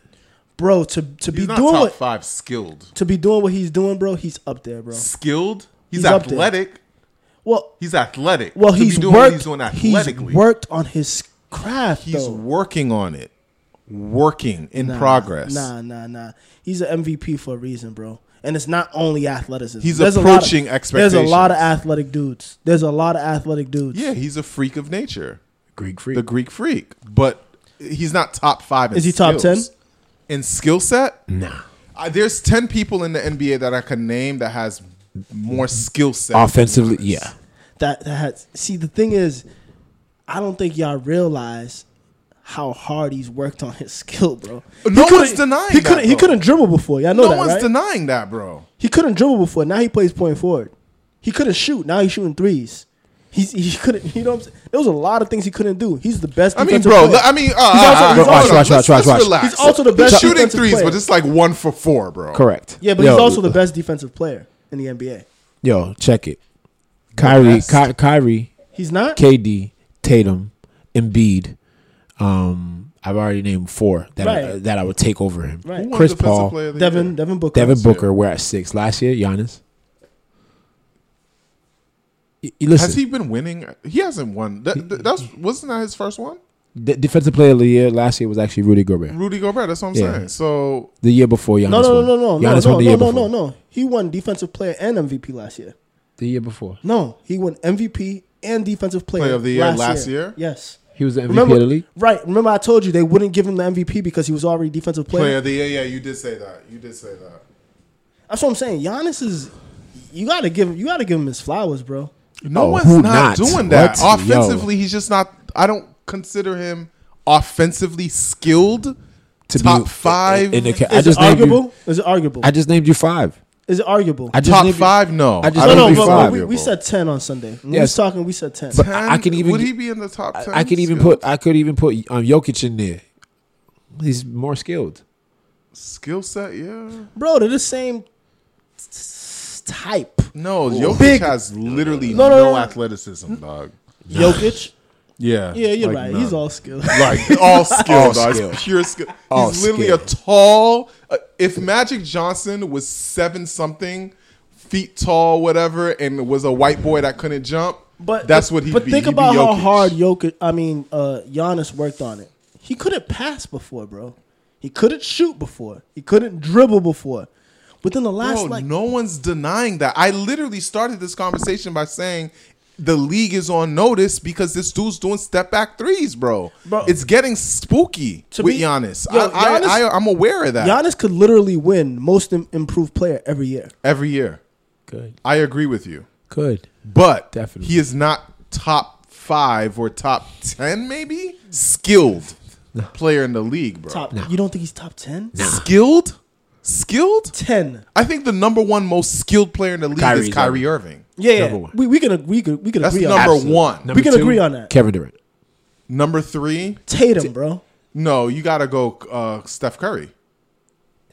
S5: bro, to to be
S3: He's not
S5: doing
S3: top
S5: what,
S3: five skilled.
S5: to be doing what he's doing, bro, he's up there, bro.
S3: Skilled. He's,
S5: He's up there.
S3: athletic.
S5: Well,
S3: He's athletic.
S5: well,
S3: To be
S5: he's
S3: doing
S5: worked.
S3: what he's doing
S5: he's
S3: athletically.
S5: worked on his craft.
S3: He's
S5: though.
S3: working on it. Working in
S5: Nah,
S3: progress.
S5: Nah, nah, nah. He's an MVP for a reason, bro. And it's not only athleticism.
S3: He's
S5: a lot of-
S3: approaching
S5: There's a lot of
S3: expectations.
S5: athletic dudes. There's a lot of athletic dudes.
S3: Yeah, he's a freak of nature.
S4: Greek freak.
S3: the Greek freak, but he's not top five. In
S5: Is he top
S3: skills. in skill set?
S4: nah.
S3: I, there's ten people in the NBA that I can name that has more skill set
S4: Offensively, yeah.
S5: That that has, see the thing is, I don't think y'all realize how hard he's worked on his skill, bro.
S3: No
S5: He couldn't-
S3: one's denying
S5: He
S3: that,
S5: couldn't. He
S3: though.
S5: couldn't dribble before. Y'all know
S3: No
S5: that,
S3: one's
S5: right?
S3: denying that, bro.
S5: he couldn't dribble before. Now he plays point forward. He couldn't shoot. Now he's shooting threes. He's, he couldn't. You know, what I'm saying? there was a lot of things he couldn't do. He's the best.
S3: I mean,
S5: defensive
S3: bro.
S5: player.
S3: I mean, uh,
S5: He's also-
S3: uh, uh,
S5: he's also-
S3: hold on,
S4: watch,
S3: let's-
S4: watch,
S3: let's
S4: watch.
S3: relax.
S5: He's also the best
S3: He's shooting
S5: defensive
S3: threes,
S5: player.
S3: but it's like one for four, bro.
S4: Correct.
S5: Yeah, but
S4: Yo,
S5: he's also the best defensive player in the NBA.
S4: Yo, check it. Kyrie,
S3: best.
S4: Ky- Kyrie,
S5: He's not.
S4: KD, Tatum, Embiid. Um, I've already named four that I,
S5: Right.
S4: that I would take over him.
S5: Right.
S3: Who won
S4: Chris
S3: Defensive
S4: Paul,
S3: Player of the
S5: Devin
S3: Year?
S5: Devin Booker.
S4: Devin
S3: year.
S4: Booker. We're at six. Last year, Giannis. y- y listen,
S3: Has he been winning? He hasn't won. That, that- that's wasn't that his first one?
S4: the defensive player of the year last year was actually Rudy Gobert.
S3: Rudy Gobert. That's what I'm
S4: Yeah.
S3: saying. So
S4: The year before Giannis
S5: No, no,
S4: won.
S5: no, no, no, no,
S4: Giannis
S5: no,
S4: won the
S5: no,
S4: year
S5: no, no,
S4: before.
S5: no. He won defensive player and MVP last year.
S4: The year before
S5: No, he won MVP and defensive player,
S3: Player of the year last year?
S5: Yes.
S4: he was the MVP
S5: Remember,
S4: of the league.
S5: right? Remember, I told you they wouldn't give him the MVP because he was already defensive player.
S3: player of the year. Yeah, you did say that. You did say that.
S5: That's what I'm saying. Giannis is. You gotta give. You gotta give him his flowers, bro.
S3: No
S4: Oh,
S3: one's
S4: who
S3: not,
S4: not?
S3: doing that.
S4: What?
S3: Offensively, he's just not. I don't consider him offensively skilled.
S4: To
S3: top five,
S4: in the ca- I
S5: Is it
S4: just named
S5: arguable?
S4: you.
S5: Is it arguable?
S4: I just named you five.
S5: is it arguable?
S4: I just
S3: top
S4: named you-
S3: five. No,
S4: I just-
S3: I
S5: no,
S4: don't
S5: no,
S4: think
S5: but,
S4: so.
S5: but
S4: five.
S5: we, we said ten on Sunday. When we
S4: Yes.
S5: was talking. We said ten.
S4: But I- I can even
S3: Would
S4: get-
S3: he be in the top ten?
S4: I could even
S3: skilled?
S4: put I could even put um, Jokic in there. He's more skilled.
S3: skill set. Yeah.
S5: bro, they're the same s- type.
S3: No, Jokic
S5: Big-
S3: has literally
S5: No,
S3: no,
S5: no, no.
S3: athleticism, dog.
S5: Jokic.
S3: Yeah.
S5: Yeah, you're
S3: like
S5: right.
S3: none.
S5: He's all skilled.
S3: like all skill,
S4: All
S3: dog.
S4: skill.
S3: It's pure skill.
S4: All
S3: He's literally
S4: skill.
S3: a tall. Uh, if Magic Johnson was seven something feet tall, whatever, and was a white boy that couldn't jump,
S5: But
S3: that's what he.
S5: But
S3: be.
S5: think
S3: He'd be
S5: about how
S3: Jokic.
S5: hard Jokic. I mean, uh, Giannis worked on it. He couldn't pass before, bro. He couldn't shoot before. He couldn't dribble before. Within the last
S3: Bro,
S5: like
S3: no one's denying that. I literally started this conversation by saying the league is on notice because this dude's doing step back threes, bro.
S5: Bro.
S3: It's getting spooky
S5: To
S3: with
S5: me-
S3: Giannis.
S5: Yo,
S3: I,
S5: Giannis-
S3: I, I, I'm aware of that
S5: Giannis could literally win most im- improved player every year.
S3: every year.
S4: Good.
S3: I agree with you.
S4: Good.
S3: but
S4: Definitely.
S3: he is not top five or top ten, maybe skilled player in the league, bro.
S5: Top. You don't think he's top ten?
S3: Skilled, skilled.
S5: Ten.
S3: I think the number one most skilled player in the league
S4: Kyrie
S3: is
S4: Irving.
S3: Kyrie Irving.
S5: Yeah, yeah.
S4: Number one.
S5: We we can ag- we can we can
S3: That's
S5: agree
S3: number
S5: on that.
S3: one.
S5: We can agree on that.
S4: Kevin Durant.
S3: Number three,
S5: Tatum, bro.
S3: no, you gotta go uh, Steph Curry.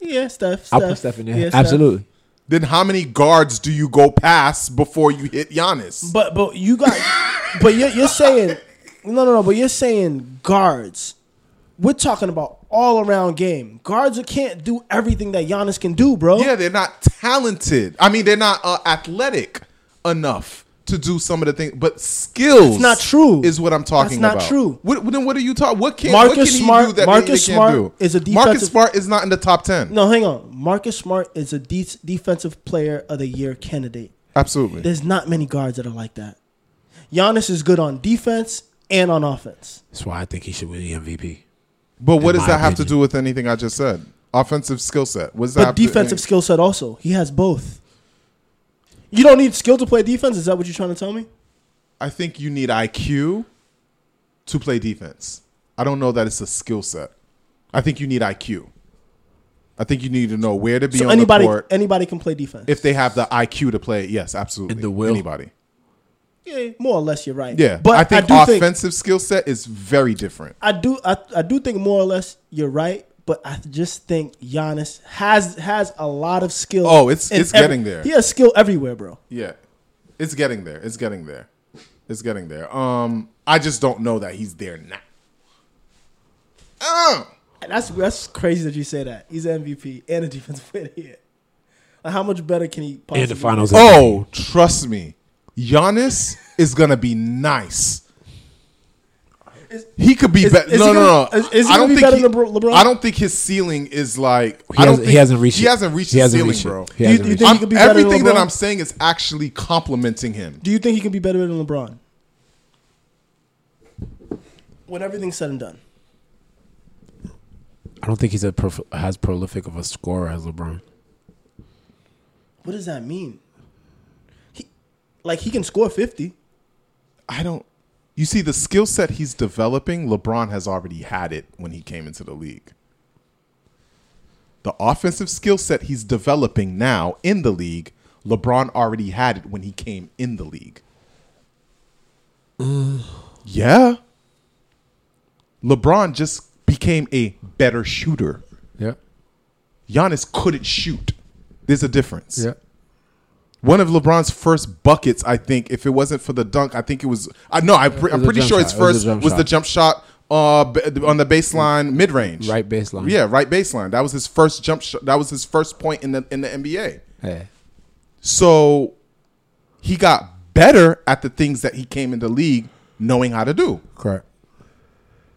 S5: Yeah, Steph. Steph.
S4: I'll put Steph in there.
S5: Yeah, Steph.
S4: Absolutely.
S3: Then how many guards do you go past before you hit Giannis?
S5: But but you got but you're, you're saying no no no. But you're saying guards. We're talking about all around game. Guards can't do everything that Giannis can do, bro.
S3: Yeah, they're not talented. I mean, they're not uh, athletic enough to do some of the things, but skills.
S5: That's not true.
S3: Is what I'm talking
S5: That's not
S3: about.
S5: true.
S3: What, then what are you talking? What can
S5: Marcus
S3: what can
S5: Smart-
S3: he do that
S5: Marcus
S3: they, they can't
S5: Smart
S3: do?
S5: is a defensive-
S3: Marcus Smart is not in the top ten.
S5: No, hang on. Marcus Smart is a de- defensive player of the year candidate.
S3: absolutely.
S5: There's not many guards that are like that. Giannis is good on defense and on offense.
S4: That's why I think he should win the MVP.
S3: but what
S4: in
S3: does
S4: my
S3: that have to
S4: opinion.
S3: do with anything I just said? Offensive skill set. What does that?
S5: But
S3: Have
S5: defensive
S3: To,
S5: skill set also. He has both. You don't need skill to play defense? Is that what you're trying to tell me?
S3: I think you need IQ to play defense. I don't know that it's a skill set. I think you need IQ. I think you need to know where to be
S5: So
S3: on
S5: anybody
S3: the court.
S5: anybody can play defense.
S3: if they have the IQ to play it, yes, absolutely.
S4: And the will.
S3: Anybody.
S5: Yeah, more or less, you're right.
S3: Yeah.
S5: but
S3: I think
S5: do think
S3: offensive skill set is very different.
S5: I do I, I do think more or less you're right. But I just think Giannis has has a lot of skill.
S3: Oh, it's-
S5: in
S3: it's getting there.
S5: He has skill everywhere, bro.
S3: Yeah. It's getting there. It's getting there. It's getting there. Um I just don't know that he's there now. Uh,
S5: That's that's crazy that you say that. He's an MVP and a defensive player here. Like, how much better can he? Possibly
S4: And the finals.
S5: Be?
S3: oh, trust me. Giannis is gonna be nice. He could be
S5: is-
S3: better.
S5: is
S3: No,
S5: he
S3: no,
S5: gonna-
S3: no.
S5: is- is he
S3: I
S5: gonna
S3: don't
S5: be
S3: think
S5: better
S3: he-
S5: than Lebr- LeBron?
S3: I don't think his ceiling is like.
S4: He
S3: I don't
S4: hasn't- he
S3: think-
S4: hasn't reached
S3: He
S4: it.
S3: hasn't reached
S4: He
S3: his
S4: hasn't
S3: ceiling,
S4: reached it.
S3: bro.
S4: He
S5: Do you,
S4: hasn't
S5: you
S4: reached-
S5: think
S3: I'm-
S5: he could be better than
S3: everything
S5: LeBron?
S3: that I'm saying is actually complimenting him.
S5: Do you think he can be better than LeBron? When everything's said and done,
S4: I don't think he's a prof- as prolific of a scorer as LeBron.
S5: what does that mean? He, like he can score fifty.
S3: I don't. You see, the skill set he's developing, LeBron has already had it when he came into the league. The offensive skill set he's developing now in the league, LeBron already had it when he came in the league. Yeah. LeBron just became a better shooter.
S4: Yeah.
S3: Giannis couldn't shoot. There's a difference. One of LeBron's first buckets, I think, if it wasn't for the dunk, I think it was. I no, I pre-
S4: was
S3: I'm
S4: a
S3: pretty
S4: jump
S3: sure his
S4: shot. It was a
S3: first was,
S4: jump
S3: the jump
S4: shot.
S3: shot uh, b- on the baseline mid range,
S4: Right baseline.
S3: Yeah, right baseline. That was his first jump shot. That was his first point in the in the NBA.
S4: Hey.
S3: So he got better at the things that he came in the league knowing how to do.
S4: Correct.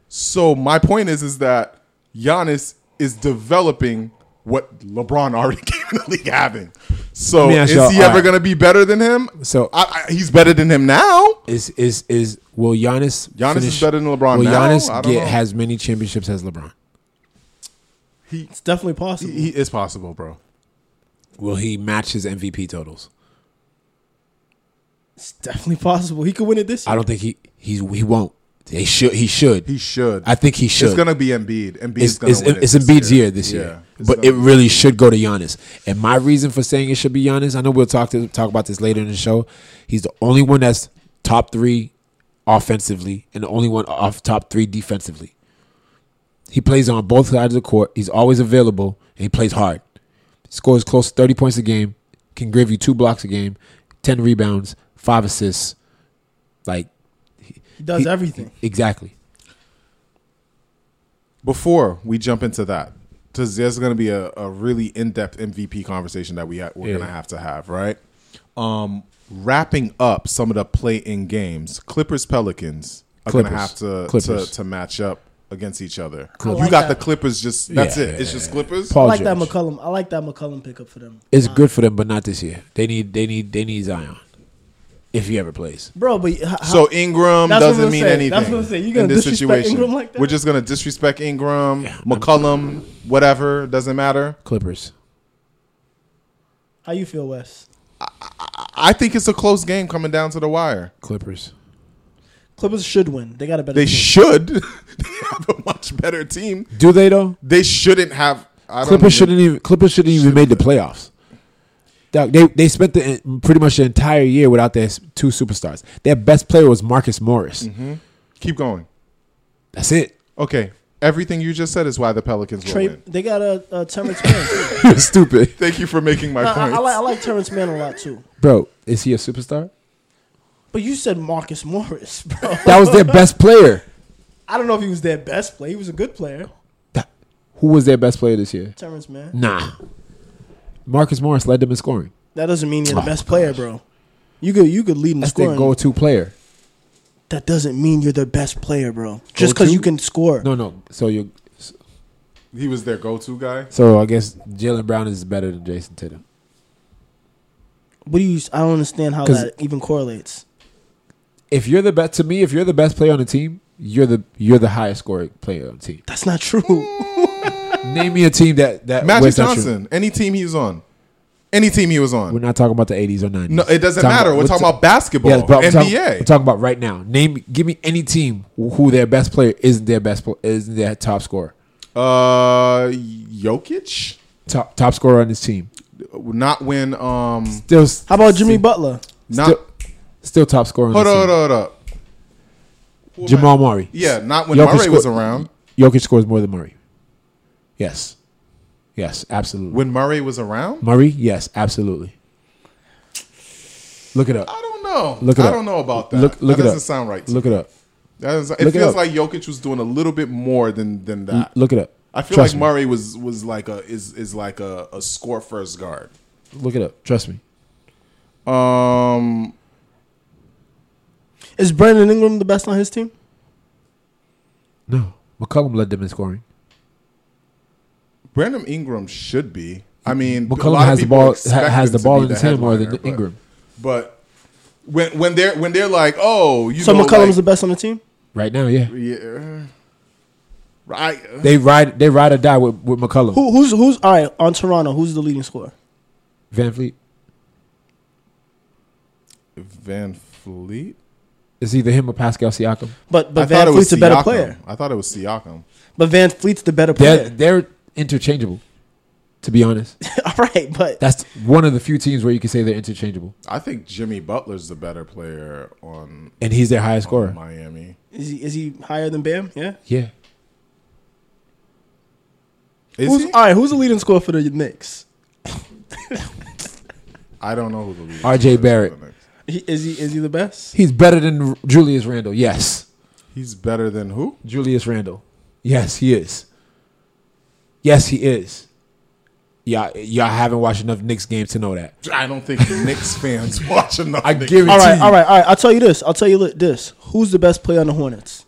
S3: So my point is, is that Giannis is developing what LeBron already came in the league having. So
S4: Let me
S3: is
S4: ask
S3: he
S4: y'all- all
S3: ever
S4: right.
S3: going to be better than him?
S4: So- uh,
S3: I, I, he's better than him now.
S4: Is is is will Giannis?
S3: Giannis
S4: finish,
S3: is better than LeBron
S4: Will
S3: now?
S4: Giannis
S3: I don't
S4: get
S3: know.
S4: as many championships as LeBron?
S5: It's definitely possible.
S3: He is possible, bro.
S4: Will he match his MVP totals?
S5: It's definitely possible. He could win it this year.
S4: I don't think he he's he won't. He should he should.
S3: He should.
S4: I think he should.
S3: It's going to be Embiid. Embiid's
S4: it's
S3: going
S4: it's,
S3: to win. it
S4: it's
S3: this
S4: Embiid's year this year,
S3: Yeah. It's
S4: but
S3: gonna
S4: it
S3: be-
S4: really should go to Giannis. And my reason for saying it should be Giannis, I know we'll talk to talk about this later in the show. He's the only one that's top three offensively, and the only one off top three defensively. He plays on both sides of the court. He's always available, and he plays hard. Scores close to thirty points a game. Can give you two blocks a game, ten rebounds, five assists. Like
S5: he does
S4: he-
S5: everything.
S4: exactly.
S3: before we jump into that, because there's going to be a, a really in depth MVP conversation that we ha- we're
S4: Yeah.
S3: going to have to have, right? Um, wrapping up some of the play in games, Clippers Pelicans are going to
S4: Clippers.
S3: have to, to
S4: Clippers.
S3: to match up against each other.
S5: Clippers.
S3: You got
S5: I like
S3: the Clippers, just that's
S4: Yeah,
S3: it.
S4: yeah,
S3: It's just Clippers.
S5: I
S4: Paul
S5: like that
S4: George.
S5: McCullum. I like that McCullum pickup for them.
S4: It's good for them, but not this year. They need they need they need Zion if he ever plays.
S5: Bro, but how,
S3: So Ingram
S5: That's what
S3: doesn't
S5: I'm
S3: mean
S5: saying.
S3: anything
S5: That's what I'm saying. You
S3: in
S5: gonna
S3: this
S5: disrespect
S3: situation.
S5: Ingram like that?
S3: We're just gonna disrespect Ingram, McCollum, whatever. Doesn't matter.
S4: Clippers.
S5: how you feel, Wes?
S3: I think it's a close game coming down to the wire.
S4: Clippers.
S5: Clippers should win. They got a better
S3: They
S4: Mm-hmm.
S5: team.
S3: should. they have a much better team.
S4: Do they though?
S3: They shouldn't have. I don't
S4: Clippers
S3: even-
S4: shouldn't even Clippers shouldn't even made the playoffs. Dog, they they spent the pretty much the entire year without their s- two superstars. Their best player was Marcus Morris.
S3: keep going.
S4: That's it.
S3: Okay, everything you just said is why the Pelicans
S5: Trey,
S3: will win.
S5: they got a, a Terrence Mann. too.
S4: You're stupid,
S3: Thank you for making my
S5: I, I,
S3: point.
S5: I like, I like Terrence Mann a lot too.
S4: bro. Is he a superstar?
S5: But you said Marcus Morris, bro.
S4: That was their best player.
S5: I don't know if he was their best player. He was a good player.
S4: That- who was their best player this year?
S5: Terrence Mann.
S4: Nah. Marcus Morris led them in scoring.
S5: That doesn't mean you're the
S4: Oh,
S5: best player, bro. You could you could lead in
S4: That's
S5: scoring.
S4: their go-to player.
S5: That doesn't mean you're the best player, bro. Just because
S4: Go-to?
S5: you can score.
S4: No, no. So you,
S3: he was their go-to guy.
S4: so I guess Jalen Brown is better than Jason Tatum.
S5: What do you? I don't understand how
S4: 'Cause-
S5: that even correlates.
S4: if you're the best to me, if you're the best player on the team, you're the you're the highest scoring player on the team.
S5: That's not true.
S4: Name me a team that that
S3: Magic
S4: West Central-
S3: Johnson. Any team he was on. Any team he was
S4: We're
S3: on.
S4: not talking about the 80s or 90s.
S3: No, it doesn't
S4: Talking
S3: matter. We're talking
S4: ta-
S3: about basketball,
S4: Yes, but I'm talking-
S3: NBA.
S4: we're talking about right now. Name, give me any team who their best player isn't their best pl- isn't their top scorer.
S3: Uh, Jokic.
S4: Top top scorer on this team.
S3: Not when um
S4: Still, s-
S5: How about Jimmy Butler?
S3: not
S4: Still- still top scorer. On
S3: hold
S4: this
S3: up, hold
S4: team.
S3: up, hold up.
S4: Jamal Murray.
S3: Yeah, not when
S4: Jokic
S3: Murray was
S4: scored-
S3: around.
S4: Jokic scores more than Murray. Yes, yes, absolutely.
S3: When Murray was around,
S4: Murray, yes, absolutely. Look it up.
S3: I don't know.
S4: Look it
S3: I
S4: up.
S3: don't know about that.
S4: Look, look
S3: that
S4: it
S3: doesn't
S4: up.
S3: sound right. To
S4: Look it up.
S3: That is, it
S4: Look it
S3: feels
S4: up.
S3: like Jokic was doing a little bit more than than that.
S4: Look it up.
S3: I feel
S4: Trust
S3: like
S4: me.
S3: Murray was was like a is is like a, a score first guard.
S4: Look it up. Trust me.
S3: Um,
S5: Is Brandon Ingram the best on his team?
S4: No, McCollum led them in scoring.
S3: Brandon Ingram should be. I mean, a
S4: McCollum
S3: lot of
S4: has the
S3: people
S4: ball
S3: expect
S4: ha- has
S3: him
S4: the
S3: to
S4: ball
S3: be
S4: in
S3: the
S4: his hand more
S3: headliner,
S4: than
S3: but-
S4: Ingram,
S3: But when when they're when they're like, oh, you
S5: So
S3: know,
S5: McCollum's the
S3: like,
S5: best on the team.
S4: right now. Yeah,
S3: yeah, right. uh,
S4: they ride they ride or die with with McCollum.
S5: Who, who's who's all right on Toronto? Who's the leading scorer?
S4: Van Fleet.
S3: Van Fleet.
S4: It's either him or Pascal Siakam.
S5: But
S3: I
S5: but
S3: thought
S5: Van
S3: it was
S5: Fleet's a better
S3: Siakam.
S5: player.
S3: I thought it was Siakam.
S5: But Van Fleet's the better
S4: They're
S5: player.
S4: they're interchangeable. To be honest,
S5: all right, but
S4: that's one of the few teams where you can say they're interchangeable,
S3: I think Jimmy Butler's the better player on
S4: and he's their
S3: Oh
S4: highest scorer.
S3: Miami.
S5: is he is he higher than Bam? Yeah.
S4: yeah,
S3: Is
S5: who's
S3: he?
S5: all right? Who's the leading scorer for the Knicks?
S3: I don't know who the leader.
S4: R.J.
S3: is for
S4: Barrett.
S3: the Knicks.
S5: He, is he is he the best?
S4: he's better than R- Julius Randle. Yes,
S3: He's better than who?
S4: Julius Randle. Yes, he is. Yes, he is. y'all y'all haven't watched enough Knicks games to know that.
S3: I don't think Knicks fans watch enough.
S4: I
S3: Knicks.
S4: guarantee.
S5: All right, all right, all right. I'll tell you this. I'll tell you li- this. Who's the best player on the Hornets?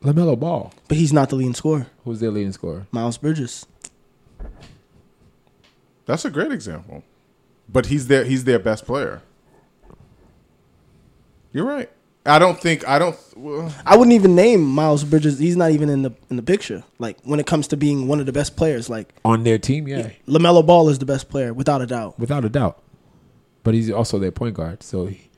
S4: Lamelo Ball,
S5: But he's not the leading scorer.
S4: who's their leading scorer?
S5: Miles Bridges.
S3: That's a great example. But he's their he's their best player. You're right. I don't think I don't. Well,
S5: I wouldn't even name Miles Bridges. He's not even in the in the picture. Like when it comes to being one of the best players, like
S4: On their team, yeah,
S5: Lamelo Ball is the best player without a doubt.
S4: without a doubt. But he's also their point guard, so he,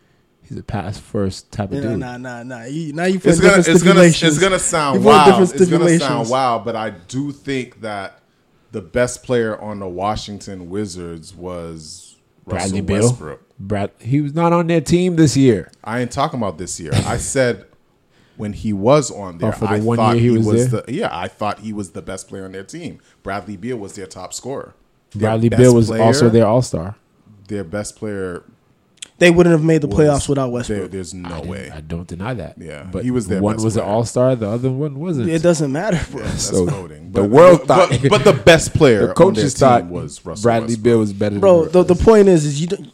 S4: he's a pass first type of
S5: Nah,
S4: dude.
S5: nah, nah, nah. You, now you put
S3: it's gonna
S5: different
S3: it's gonna it's
S5: stipulations.
S3: gonna
S5: You
S3: sound
S5: put
S3: wild.
S5: different
S3: It's gonna sound
S5: stipulations.
S3: wild. But I do think that the best player on the Washington Wizards was
S4: Bradley
S3: Russell
S4: Beal.
S3: Westbrook.
S4: Brad, he was not on their team this year.
S3: I ain't talking about this year. I said when he was on there,
S4: Oh, for the
S3: I
S4: one
S3: thought
S4: year
S3: he
S4: he
S3: was,
S4: was there?
S3: the yeah. I thought he was the best player on their team. Bradley Beal was their top scorer. Their
S4: Bradley
S3: best
S4: Bill was
S3: player-
S4: also their all star.
S3: Their best player.
S5: They wouldn't have made the
S3: was-
S5: playoffs without
S3: There,
S5: Westbrook.
S3: there's no way.
S4: I don't deny that.
S3: Yeah,
S4: but
S3: he was their
S4: One
S3: best
S4: was an
S3: player.
S4: all star, the other one wasn't.
S5: It doesn't matter, bro.
S3: That's
S4: So,
S3: voting.
S4: the world
S3: but,
S4: thought-
S3: but the best player
S4: the
S3: on their
S4: coaches thought
S3: team was Russell
S4: Bradley
S3: Westbrook.
S4: Bill was better.
S5: Bro,
S4: than
S5: the, the point is, is you don't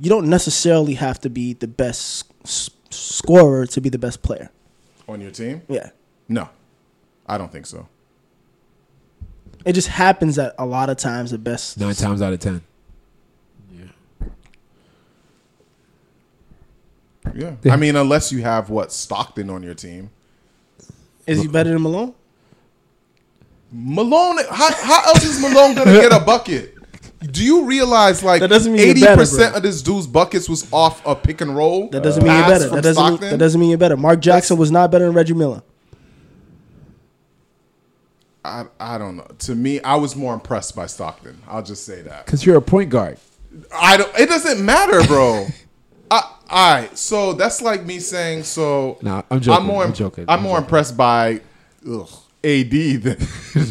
S5: you don't necessarily have to be the best s- scorer to be the best player.
S3: on your team?
S5: Yeah,
S3: No, I don't think so.
S5: it just happens that a lot of times the best.
S4: nine times out of ten.
S3: Yeah, I mean, unless you have what Stockton on your team.
S5: Is he better than Malone?
S3: Malone, how, how else is Malone gonna get a bucket? Do you realize like
S5: That doesn't mean you're
S3: eighty
S5: better,
S3: percent
S5: bro.
S3: of this dude's buckets was off a pick and roll?
S5: That doesn't mean you're
S3: Uh, pass
S5: better.
S3: from
S5: That doesn't mean,
S3: Stockton?
S5: that doesn't mean you're better. Mark Jackson was not better than Reggie Miller.
S3: I, I don't know. To me, I was more impressed by Stockton. I'll just say that.
S4: Because you're a point guard.
S3: I don't. It doesn't matter, bro. I, all right, so that's like me saying so.
S4: Nah, I'm joking,
S3: more.
S4: I'm joking,
S3: I'm,
S4: I'm
S3: more
S4: joking.
S3: impressed by ugh, AD than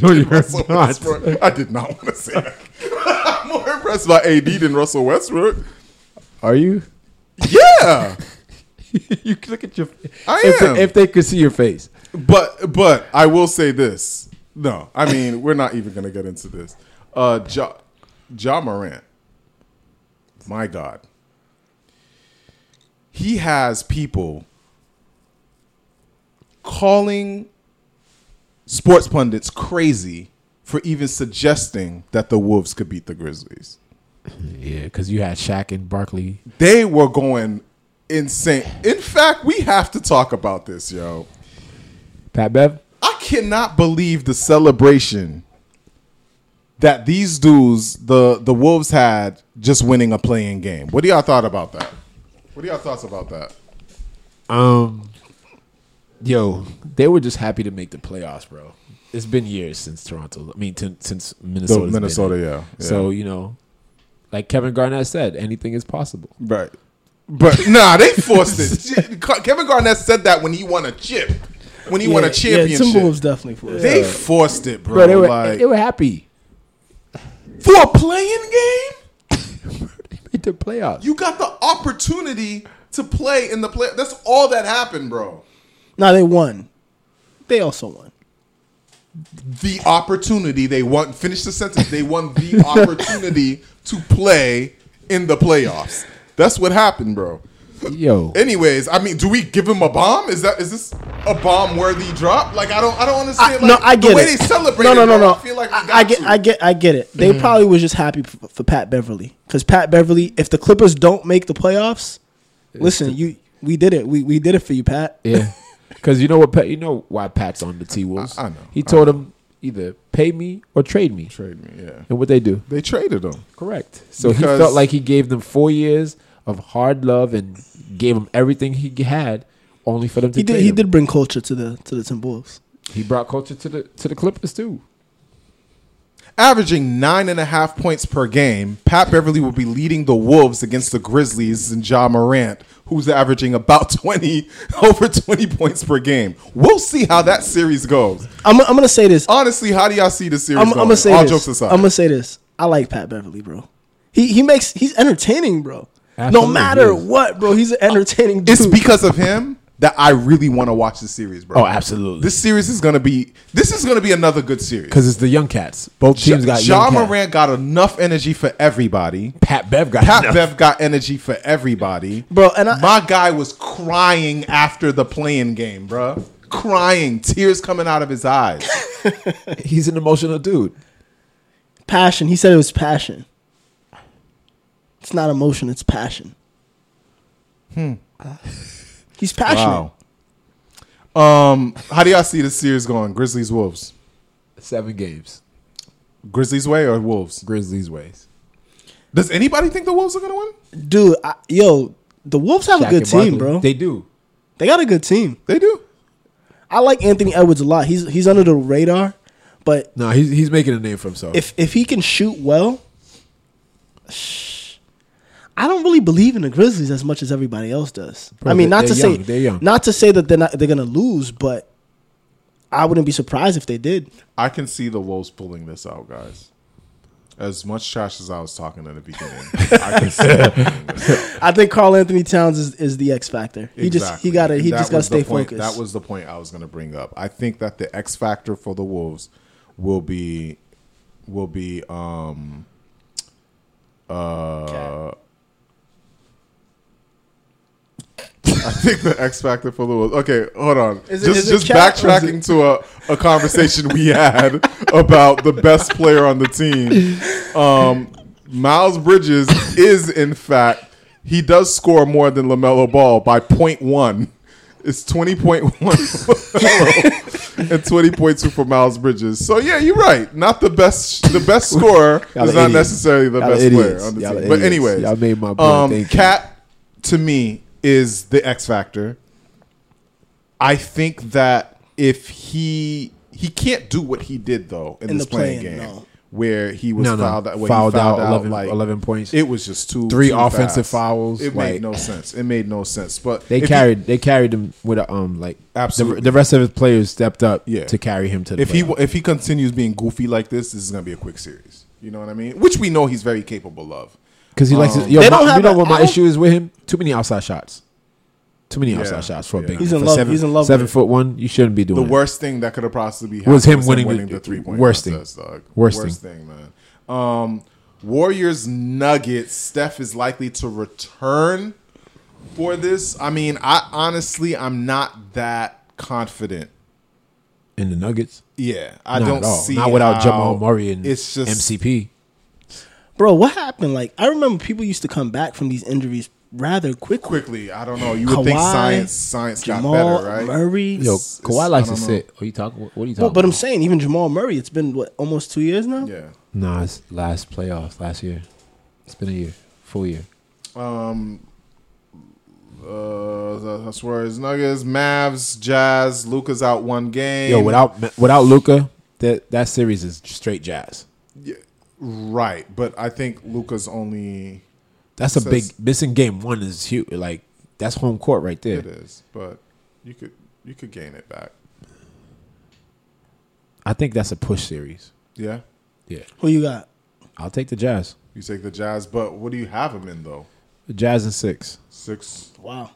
S4: No, you're
S3: Russell
S4: not.
S3: Westbrook. I did not want to say that. I'm more impressed by AD than Russell Westbrook.
S4: Are you?
S3: Yeah,
S4: you look at your.
S3: I
S4: if
S3: am.
S4: They, if they could see your face,
S3: but but I will say this. No, I mean we're not even gonna get into this. Uh, Ja, ja Morant. My God, he has people calling sports pundits crazy for even suggesting that the Wolves could beat the Grizzlies.
S4: yeah, because you had Shaq and Barkley.
S3: they were going insane. In fact, we have to talk about this, yo.
S4: Pat Bev.
S3: I cannot believe the celebration that these dudes, the the Wolves had just winning a playing game. What do y'all thought about that? What are y'all thoughts about that?
S4: Um, yo, they were just happy to make the playoffs, bro. It's been years since Toronto. I mean, t- since Minnesota.
S3: Minnesota, yeah, yeah.
S4: So you know, like Kevin Garnett said, anything is possible.
S3: Right. But nah, they forced it. Kevin Garnett said that when he won a chip. When he won a championship.
S5: Timberwolves definitely for us.
S3: they forced it, bro.
S4: Bro, they were
S3: like,
S4: they were happy.
S3: for a playing game?
S4: They made the playoffs.
S3: You got the opportunity to play in the play. That's all that happened, bro.
S5: No, they won. They also won.
S3: The opportunity they won. Finish the sentence. They won the opportunity to play in the playoffs. That's what happened, bro.
S4: yo,
S3: Anyways, I mean, do we give him a bomb? Is that is this a bomb worthy drop? Like I don't I don't
S5: I,
S3: understand.
S5: no,
S3: like,
S5: I get
S3: the way
S5: it.
S3: they celebrate.
S5: No, no,
S3: it,
S5: no,
S3: bro,
S5: no.
S3: I feel like we
S5: I,
S3: got
S5: I get,
S3: to. Mm.
S5: I get, I get it. They probably was just happy for, for Pat Beverly because Pat Beverly. If the Clippers don't make the playoffs, listen, you we did it. We we did it for you, Pat.
S4: yeah, because you know what? Pat, you know why Pat's on the T Wolves.
S3: I- I know.
S4: He told them either pay me or trade me.
S3: trade me. Yeah,
S4: And what they do?
S3: they traded him.
S4: Correct. So
S3: Because-
S4: he felt like he gave them four years of hard love and gave them everything he had, only for them to.
S5: He did.
S4: trade
S5: He
S4: him.
S5: did bring culture to the to the Timberwolves.
S4: He brought culture to the to the Clippers too.
S3: Averaging nine and a half points per game, Pat Beverly will be leading the Wolves against the Grizzlies and Ja Morant, who's averaging about 20, over 20 points per game. We'll see how that series goes.
S5: I'm I'm gonna say this.
S3: Honestly, how do y'all see the series
S5: I'm, I'm
S3: going?
S5: gonna say
S3: All
S5: this.
S3: jokes aside.
S5: I'm gonna say this. I like Pat Beverly, bro. He he makes he's entertaining, bro.
S4: Absolutely,
S5: No matter
S4: he is.
S5: what, bro, he's an entertaining dude.
S3: it's because of him that I really want to watch this series, bro.
S4: Oh, absolutely.
S3: This series is gonna be this is gonna be another good series.
S4: Because it's the young cats. Both teams got
S3: Ja
S4: young cats.
S3: Moran got enough energy for everybody.
S4: Pat Bev got
S3: Pat
S4: enough.
S3: Bev got energy for everybody,
S5: Bro, and I-
S3: my guy was crying after the playing game, bro. Crying, tears coming out of his eyes.
S4: He's an emotional dude.
S5: Passion. He said it was passion. It's not emotion. It's passion. Hmm.
S4: Hmm.
S5: He's passionate.
S3: Wow. Um, how do y'all see this series going? Grizzlies, Wolves,
S4: Seven games.
S3: Grizzlies way or Wolves?
S4: Grizzlies ways.
S3: Does anybody think the Wolves are gonna win?
S5: Dude, I, yo, the Wolves have
S4: Shaq
S5: a good
S4: and Barkley.
S5: team, bro.
S4: They
S5: They,
S4: do.
S5: got a good team.
S3: They do.
S5: I like Anthony Edwards a lot. He's he's under the radar, but
S4: No, he's, he's making a name for himself.
S5: if if he can shoot well, shh, I don't really believe in the Grizzlies as much as everybody else does.
S4: Bro,
S5: I mean,
S4: they-
S5: not to
S4: they're
S5: say
S4: young, they're young.
S5: not to say that they're not they're gonna lose, but I wouldn't be surprised if they did.
S3: I can see the Wolves pulling this out, guys. As much trash as I was talking in the beginning, I can see them pulling this out.
S5: I think Carl Anthony Towns is, is the X factor. He just he
S3: Exactly.
S5: got to he
S3: That
S5: just got to
S3: was the
S5: stay
S3: point-
S5: focused.
S3: That was the point I was going to bring up. I think that the X factor for the Wolves will be will be um uh I think the X factor for the Wolves. Okay, hold on.
S5: Is it-
S3: just
S5: is it
S3: just
S5: Cat or is
S3: backtracking to a, a conversation we had about the best player on the team. Um, Miles Bridges is, in fact, he does score more than LaMelo Ball by point 0.1. It's 20.1 for LaMelo and 20.2 for Miles Bridges. So, yeah, you're right. Not the best The best scorer is
S4: Y'all
S3: not
S4: are idiots.
S3: necessarily the
S4: Y'all are
S3: best
S4: idiots.
S3: player on the
S4: Y'all are
S3: team. But,
S4: idiots.
S3: anyways,
S4: Y'all made my point.
S3: um,
S4: Thank you.
S3: Cat, to me, is the X Factor. I think that if he he can't do what he did though in,
S5: In
S3: this
S5: the
S3: playing
S5: play-in,
S3: game
S5: no.
S3: where he was
S4: No, no.
S3: fouled out, where he
S4: Fouled out, 11
S3: like
S4: 11 points.
S3: It was just too
S4: Three
S3: too
S4: offensive
S3: fast.
S4: fouls,
S3: It
S4: like-
S3: made no sense. It made no sense. But
S4: They
S3: if you-
S4: carried they carried him with a um like
S3: Absolutely.
S4: the, the rest of his players stepped up
S3: Yeah.
S4: to carry him to the
S3: if he
S4: playoffs.
S3: if he continues being goofy like this, this is gonna be a quick series. You know what I mean? Which we know he's very capable of.
S4: because he likes
S3: um,
S4: to, yo,
S5: They
S4: my-
S5: don't
S4: you
S5: have
S4: know
S5: a-
S4: what
S5: I
S4: my
S5: don't-
S4: issue is with him too many outside shots too many outside shots for a
S3: yeah.
S4: big
S3: He's
S4: man.
S5: in
S4: For
S5: love-
S4: seven,
S5: he's in love
S4: seven
S5: with it.
S4: foot one you shouldn't be
S3: The
S4: doing it.
S3: worst thing that could have possibly happened
S4: Was him winning the-
S3: three-point
S4: worst thing.
S3: contest, dog.
S4: Worst
S3: thing, man. Um, Warriors Nuggets. Steph is likely to return for this. I mean, I honestly, I'm not that confident.
S4: in the Nuggets
S3: Yeah, I
S4: not
S3: don't
S4: at all
S3: see
S4: not without
S3: how-
S4: Jamal Murray and
S3: it's just
S4: MCP
S5: Bro, what happened? Like I remember people used to come back from these injuries rather quickly.
S3: quickly. I don't know. You would think
S5: Kawhi,
S3: science science
S5: Jamal
S3: got better, right?
S5: Murray.
S4: yo Kawhi likes
S3: I
S4: to
S3: don't
S4: sit what are you talking what are you
S5: Well,
S4: talking
S5: but I'm
S4: about
S5: saying even Jamal Murray, it's been what almost two years now.
S3: Yeah.
S4: nah it's last playoffs last year it's been a year full year
S3: Uh, I swear, it's Nuggets, Mavs, Jazz. Luca's out one game.
S4: yo without without Luca that that series is straight jazz
S3: right, but I think Luca's only
S4: that's a big
S3: Says-
S4: missing game one is huge like that's home court right there
S3: It is, but you could you could gain it back.
S4: I think that's a push series.
S3: Yeah,
S4: Yeah.
S5: Who you got?
S4: I'll take the Jazz.
S3: you take the Jazz, but what do you have them in though?
S4: The Jazz and six.
S3: Six.
S5: Wow.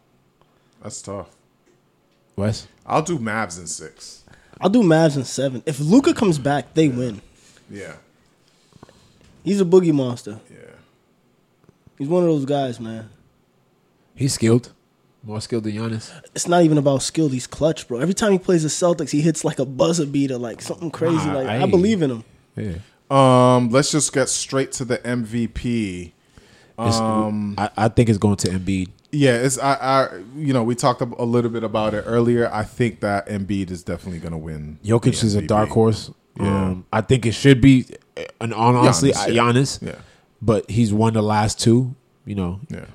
S3: That's tough.
S4: Wes?
S3: I'll do Mavs in six.
S5: I'll do Mavs in seven. If Luca comes back, they win.
S3: Yeah,
S5: He's a boogie monster.
S3: yeah.
S5: He's one of those guys, man.
S4: He's skilled. More skilled than Giannis.
S5: It's not even about skill. He's clutch, bro. Every time he plays the Celtics, he hits like a buzzer beater, like something crazy.
S4: Nah,
S5: like I,
S4: I-
S5: believe in him.
S4: Yeah.
S3: Um, let's just get straight to the MVP.
S4: Um, I, I think it's going to Embiid.
S3: Yeah, it's I, I you know we talked a little bit about it earlier. I think that Embiid is definitely going to win. the
S4: Jokic is a
S3: MVP.
S4: dark horse.
S3: Yeah.
S4: Um, I think it should be an on honestly
S3: Giannis,
S4: I-
S3: yeah.
S4: Giannis.
S3: Yeah,
S4: But he's won the last two. You know,
S3: yeah,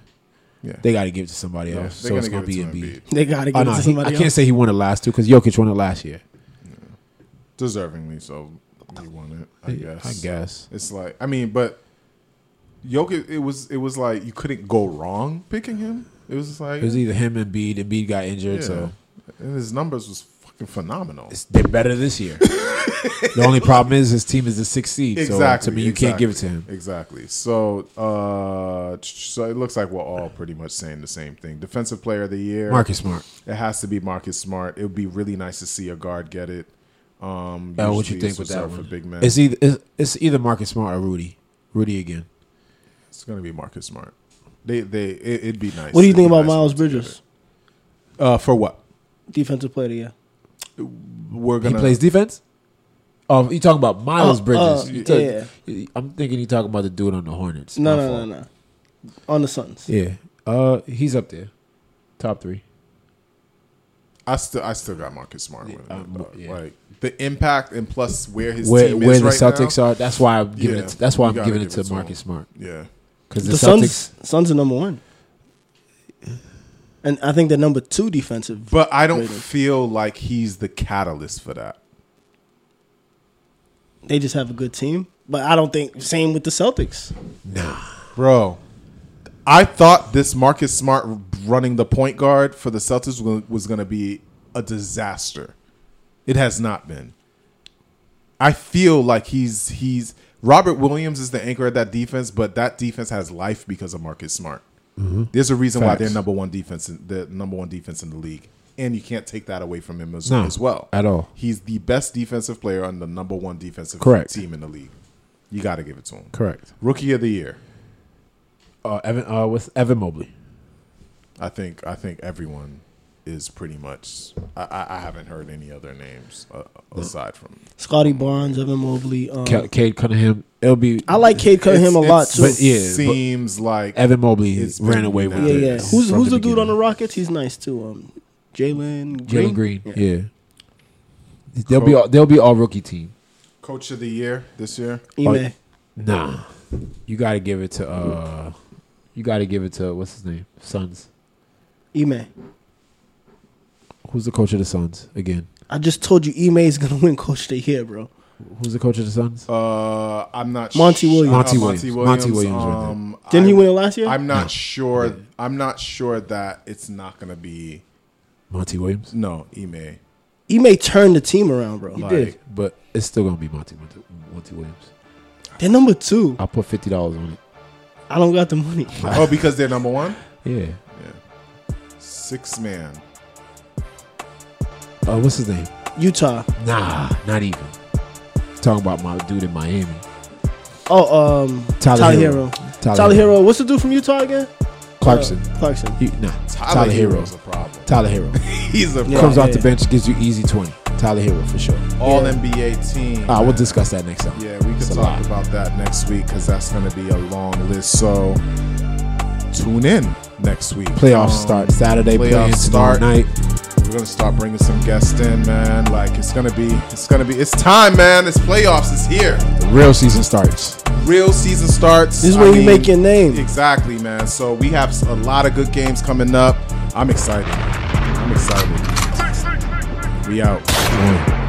S3: yeah.
S4: they got to give it to somebody
S3: yeah.
S4: else. so it's going to be
S3: give it
S4: Embiid.
S5: They gotta
S4: Oh,
S5: give
S4: no,
S5: it to
S4: he-
S5: somebody
S4: I can't
S5: else.
S4: say he won the last two because Jokic won it last year.
S3: deservingly. So he won it. I guess.
S4: I guess.
S3: It's like I mean, but Jokic, it was it was like you couldn't go wrong picking him. It was just like
S4: It was either him and Embiid. Embiid got injured,
S3: yeah.
S4: so
S3: and his numbers was fucking phenomenal.
S4: It's- They're better this year. the only problem is his team is the sixth seed. So to me, you can't give it to him.
S3: Exactly. So, uh, so it looks like we're all pretty much saying the same thing. Defensive Player of the Year,
S4: Marcus Smart.
S3: It has to be Marcus Smart. It would be really nice to see a guard get it. Um,
S4: Uh, what
S3: usually
S4: you think
S3: it's
S4: with that
S3: reserved
S4: one?
S3: For big men.
S4: It's either it's, it's either Marcus Smart or Rudy. Rudy again.
S3: It's gonna be Marcus Smart. They they it, it'd be nice.
S5: What do you
S3: It'd be
S5: think about
S3: nice
S5: Miles
S3: to get
S5: Bridges,
S3: it. Uh, for what
S5: defensive player of the year?
S3: we're
S4: He
S3: gonna
S4: plays defense. Oh, you talking about Miles
S5: Uh,
S4: Bridges?
S5: uh,
S4: You talk-
S5: yeah.
S4: I'm thinking you talking about the dude on the Hornets.
S5: No,
S4: My
S5: no,
S4: fault.
S5: no, no. On the Suns.
S4: Yeah. Uh, he's up there, top three.
S3: I still I still got Marcus Smart winning. it,
S4: um,
S3: dog.
S4: yeah.
S3: Like the impact and plus where his
S4: Where
S3: team
S4: where
S3: is
S4: the
S3: right
S4: Celtics
S3: now.
S4: are, that's why I'm giving
S3: Yeah,
S4: it. That's why
S3: you
S4: I'm
S3: gotta
S4: giving it
S3: give
S4: to
S3: it to
S4: Marcus
S3: him.
S4: Smart
S3: Yeah,
S4: because the,
S5: The
S4: Celtics.
S5: Suns, Suns are number one, and I think they're number two defensive.
S3: but I don't
S5: Rated.
S3: feel like he's the catalyst for that.
S5: They just have a good team, but I don't think same with the Celtics.
S3: Bro, I thought this Marcus Smart running the point guard for the Celtics wa- was going to be a disaster. It has not been. I feel like he's he's Robert Williams is the anchor of that defense, but that defense has life because of Marcus Smart. There's a reason why
S4: Mm-hmm. Facts.
S3: they're number one defense, in, the number one defense in the league, and you can't take that away from him as,
S4: No,
S3: as well
S4: at all.
S3: He's the best defensive player on the number one defensive
S4: Correct.
S3: team in the league. You got to give it to him.
S4: Correct.
S3: Rookie of the year.
S4: Uh, Evan uh, with Evan Mobley.
S3: I think I think everyone is pretty much. I, I, I haven't heard any other names uh, aside from.
S5: Scotty Barnes, Evan Mobley. Um,
S4: Ca- Cade Cunningham. It'll be
S5: I like Cade Cunningham a
S3: It's-
S5: lot
S3: it's-
S5: too.
S4: But yeah, but-
S3: seems like
S4: Evan Mobley
S3: It's
S4: ran
S3: been
S4: away with
S3: down.
S5: yeah,
S4: it.
S5: yeah.
S3: Yes.
S5: Who's
S4: from
S5: who's the dude on the
S4: beginning.
S5: Rockets? He's nice too. Um, Jalen
S4: Jalen Green? Yeah. They'll be
S3: Cool.
S4: all, they'll be all rookie team.
S3: coach of the year this year.
S5: Ime.
S4: Oh. Nah, you got to give it to uh, you got to give it to what's his name? Suns.
S5: Ime.
S4: Who's the coach of the Suns again?
S5: I just told you Ime is gonna win Coach of the Year, bro.
S4: Who's the coach of the Suns?
S3: Uh, I'm not. Uh,
S5: Monty Williams.
S4: Monty Williams. Monty Williams right there.
S3: Um,
S5: Didn't he
S3: I-
S5: win it last year?
S3: I'm not sure. I'm not sure that it's not going to be
S4: Monty Williams.
S3: no Ime.
S5: Ime turned the team around, bro.
S4: He
S3: Like-
S4: did, but it's still gonna be Monty Monty, Monty Williams.
S5: They're number two.
S4: I'll put fifty dollars on it.
S5: I don't got the money.
S3: Oh, because they're number one.
S4: Yeah.
S3: Six man.
S4: Uh, what's his name?
S5: Utah.
S4: Nah, not even. Talking about my dude in Miami,
S5: Oh, um, Tyler, Hero.
S4: Tyler,
S5: Tyler
S4: Hero.
S5: Hero. What's the dude from Utah again?
S4: Clarkson.
S5: Uh, Clarkson.
S4: He, nah, Tyler,
S3: Tyler
S4: Hero.
S3: Hero's a problem.
S4: Tyler Hero
S3: He's a
S5: Yeah.
S4: comes
S3: problem.
S4: off the bench, gives you easy twenty. Tyler Hero for sure.
S3: All NBA team.
S4: Ah, we'll
S3: man.
S4: discuss that next time.
S3: Yeah, we can
S4: It's a
S3: talk
S4: lot.
S3: about that next week because that's going to be a long list. So tune in next week. Um,
S4: Playoffs start Saturday.
S3: playoffs
S4: Playing tomorrow
S3: start.
S4: night.
S3: We're gonna start bringing some guests in, man. Like it's gonna be, it's gonna be, it's time, man. It's playoffs. It's here.
S4: The real season starts.
S3: Real season starts.
S5: This is where you make your name.
S3: Exactly, man. So we have a lot of good games coming up. I'm excited. I'm excited. We out.
S4: Yeah.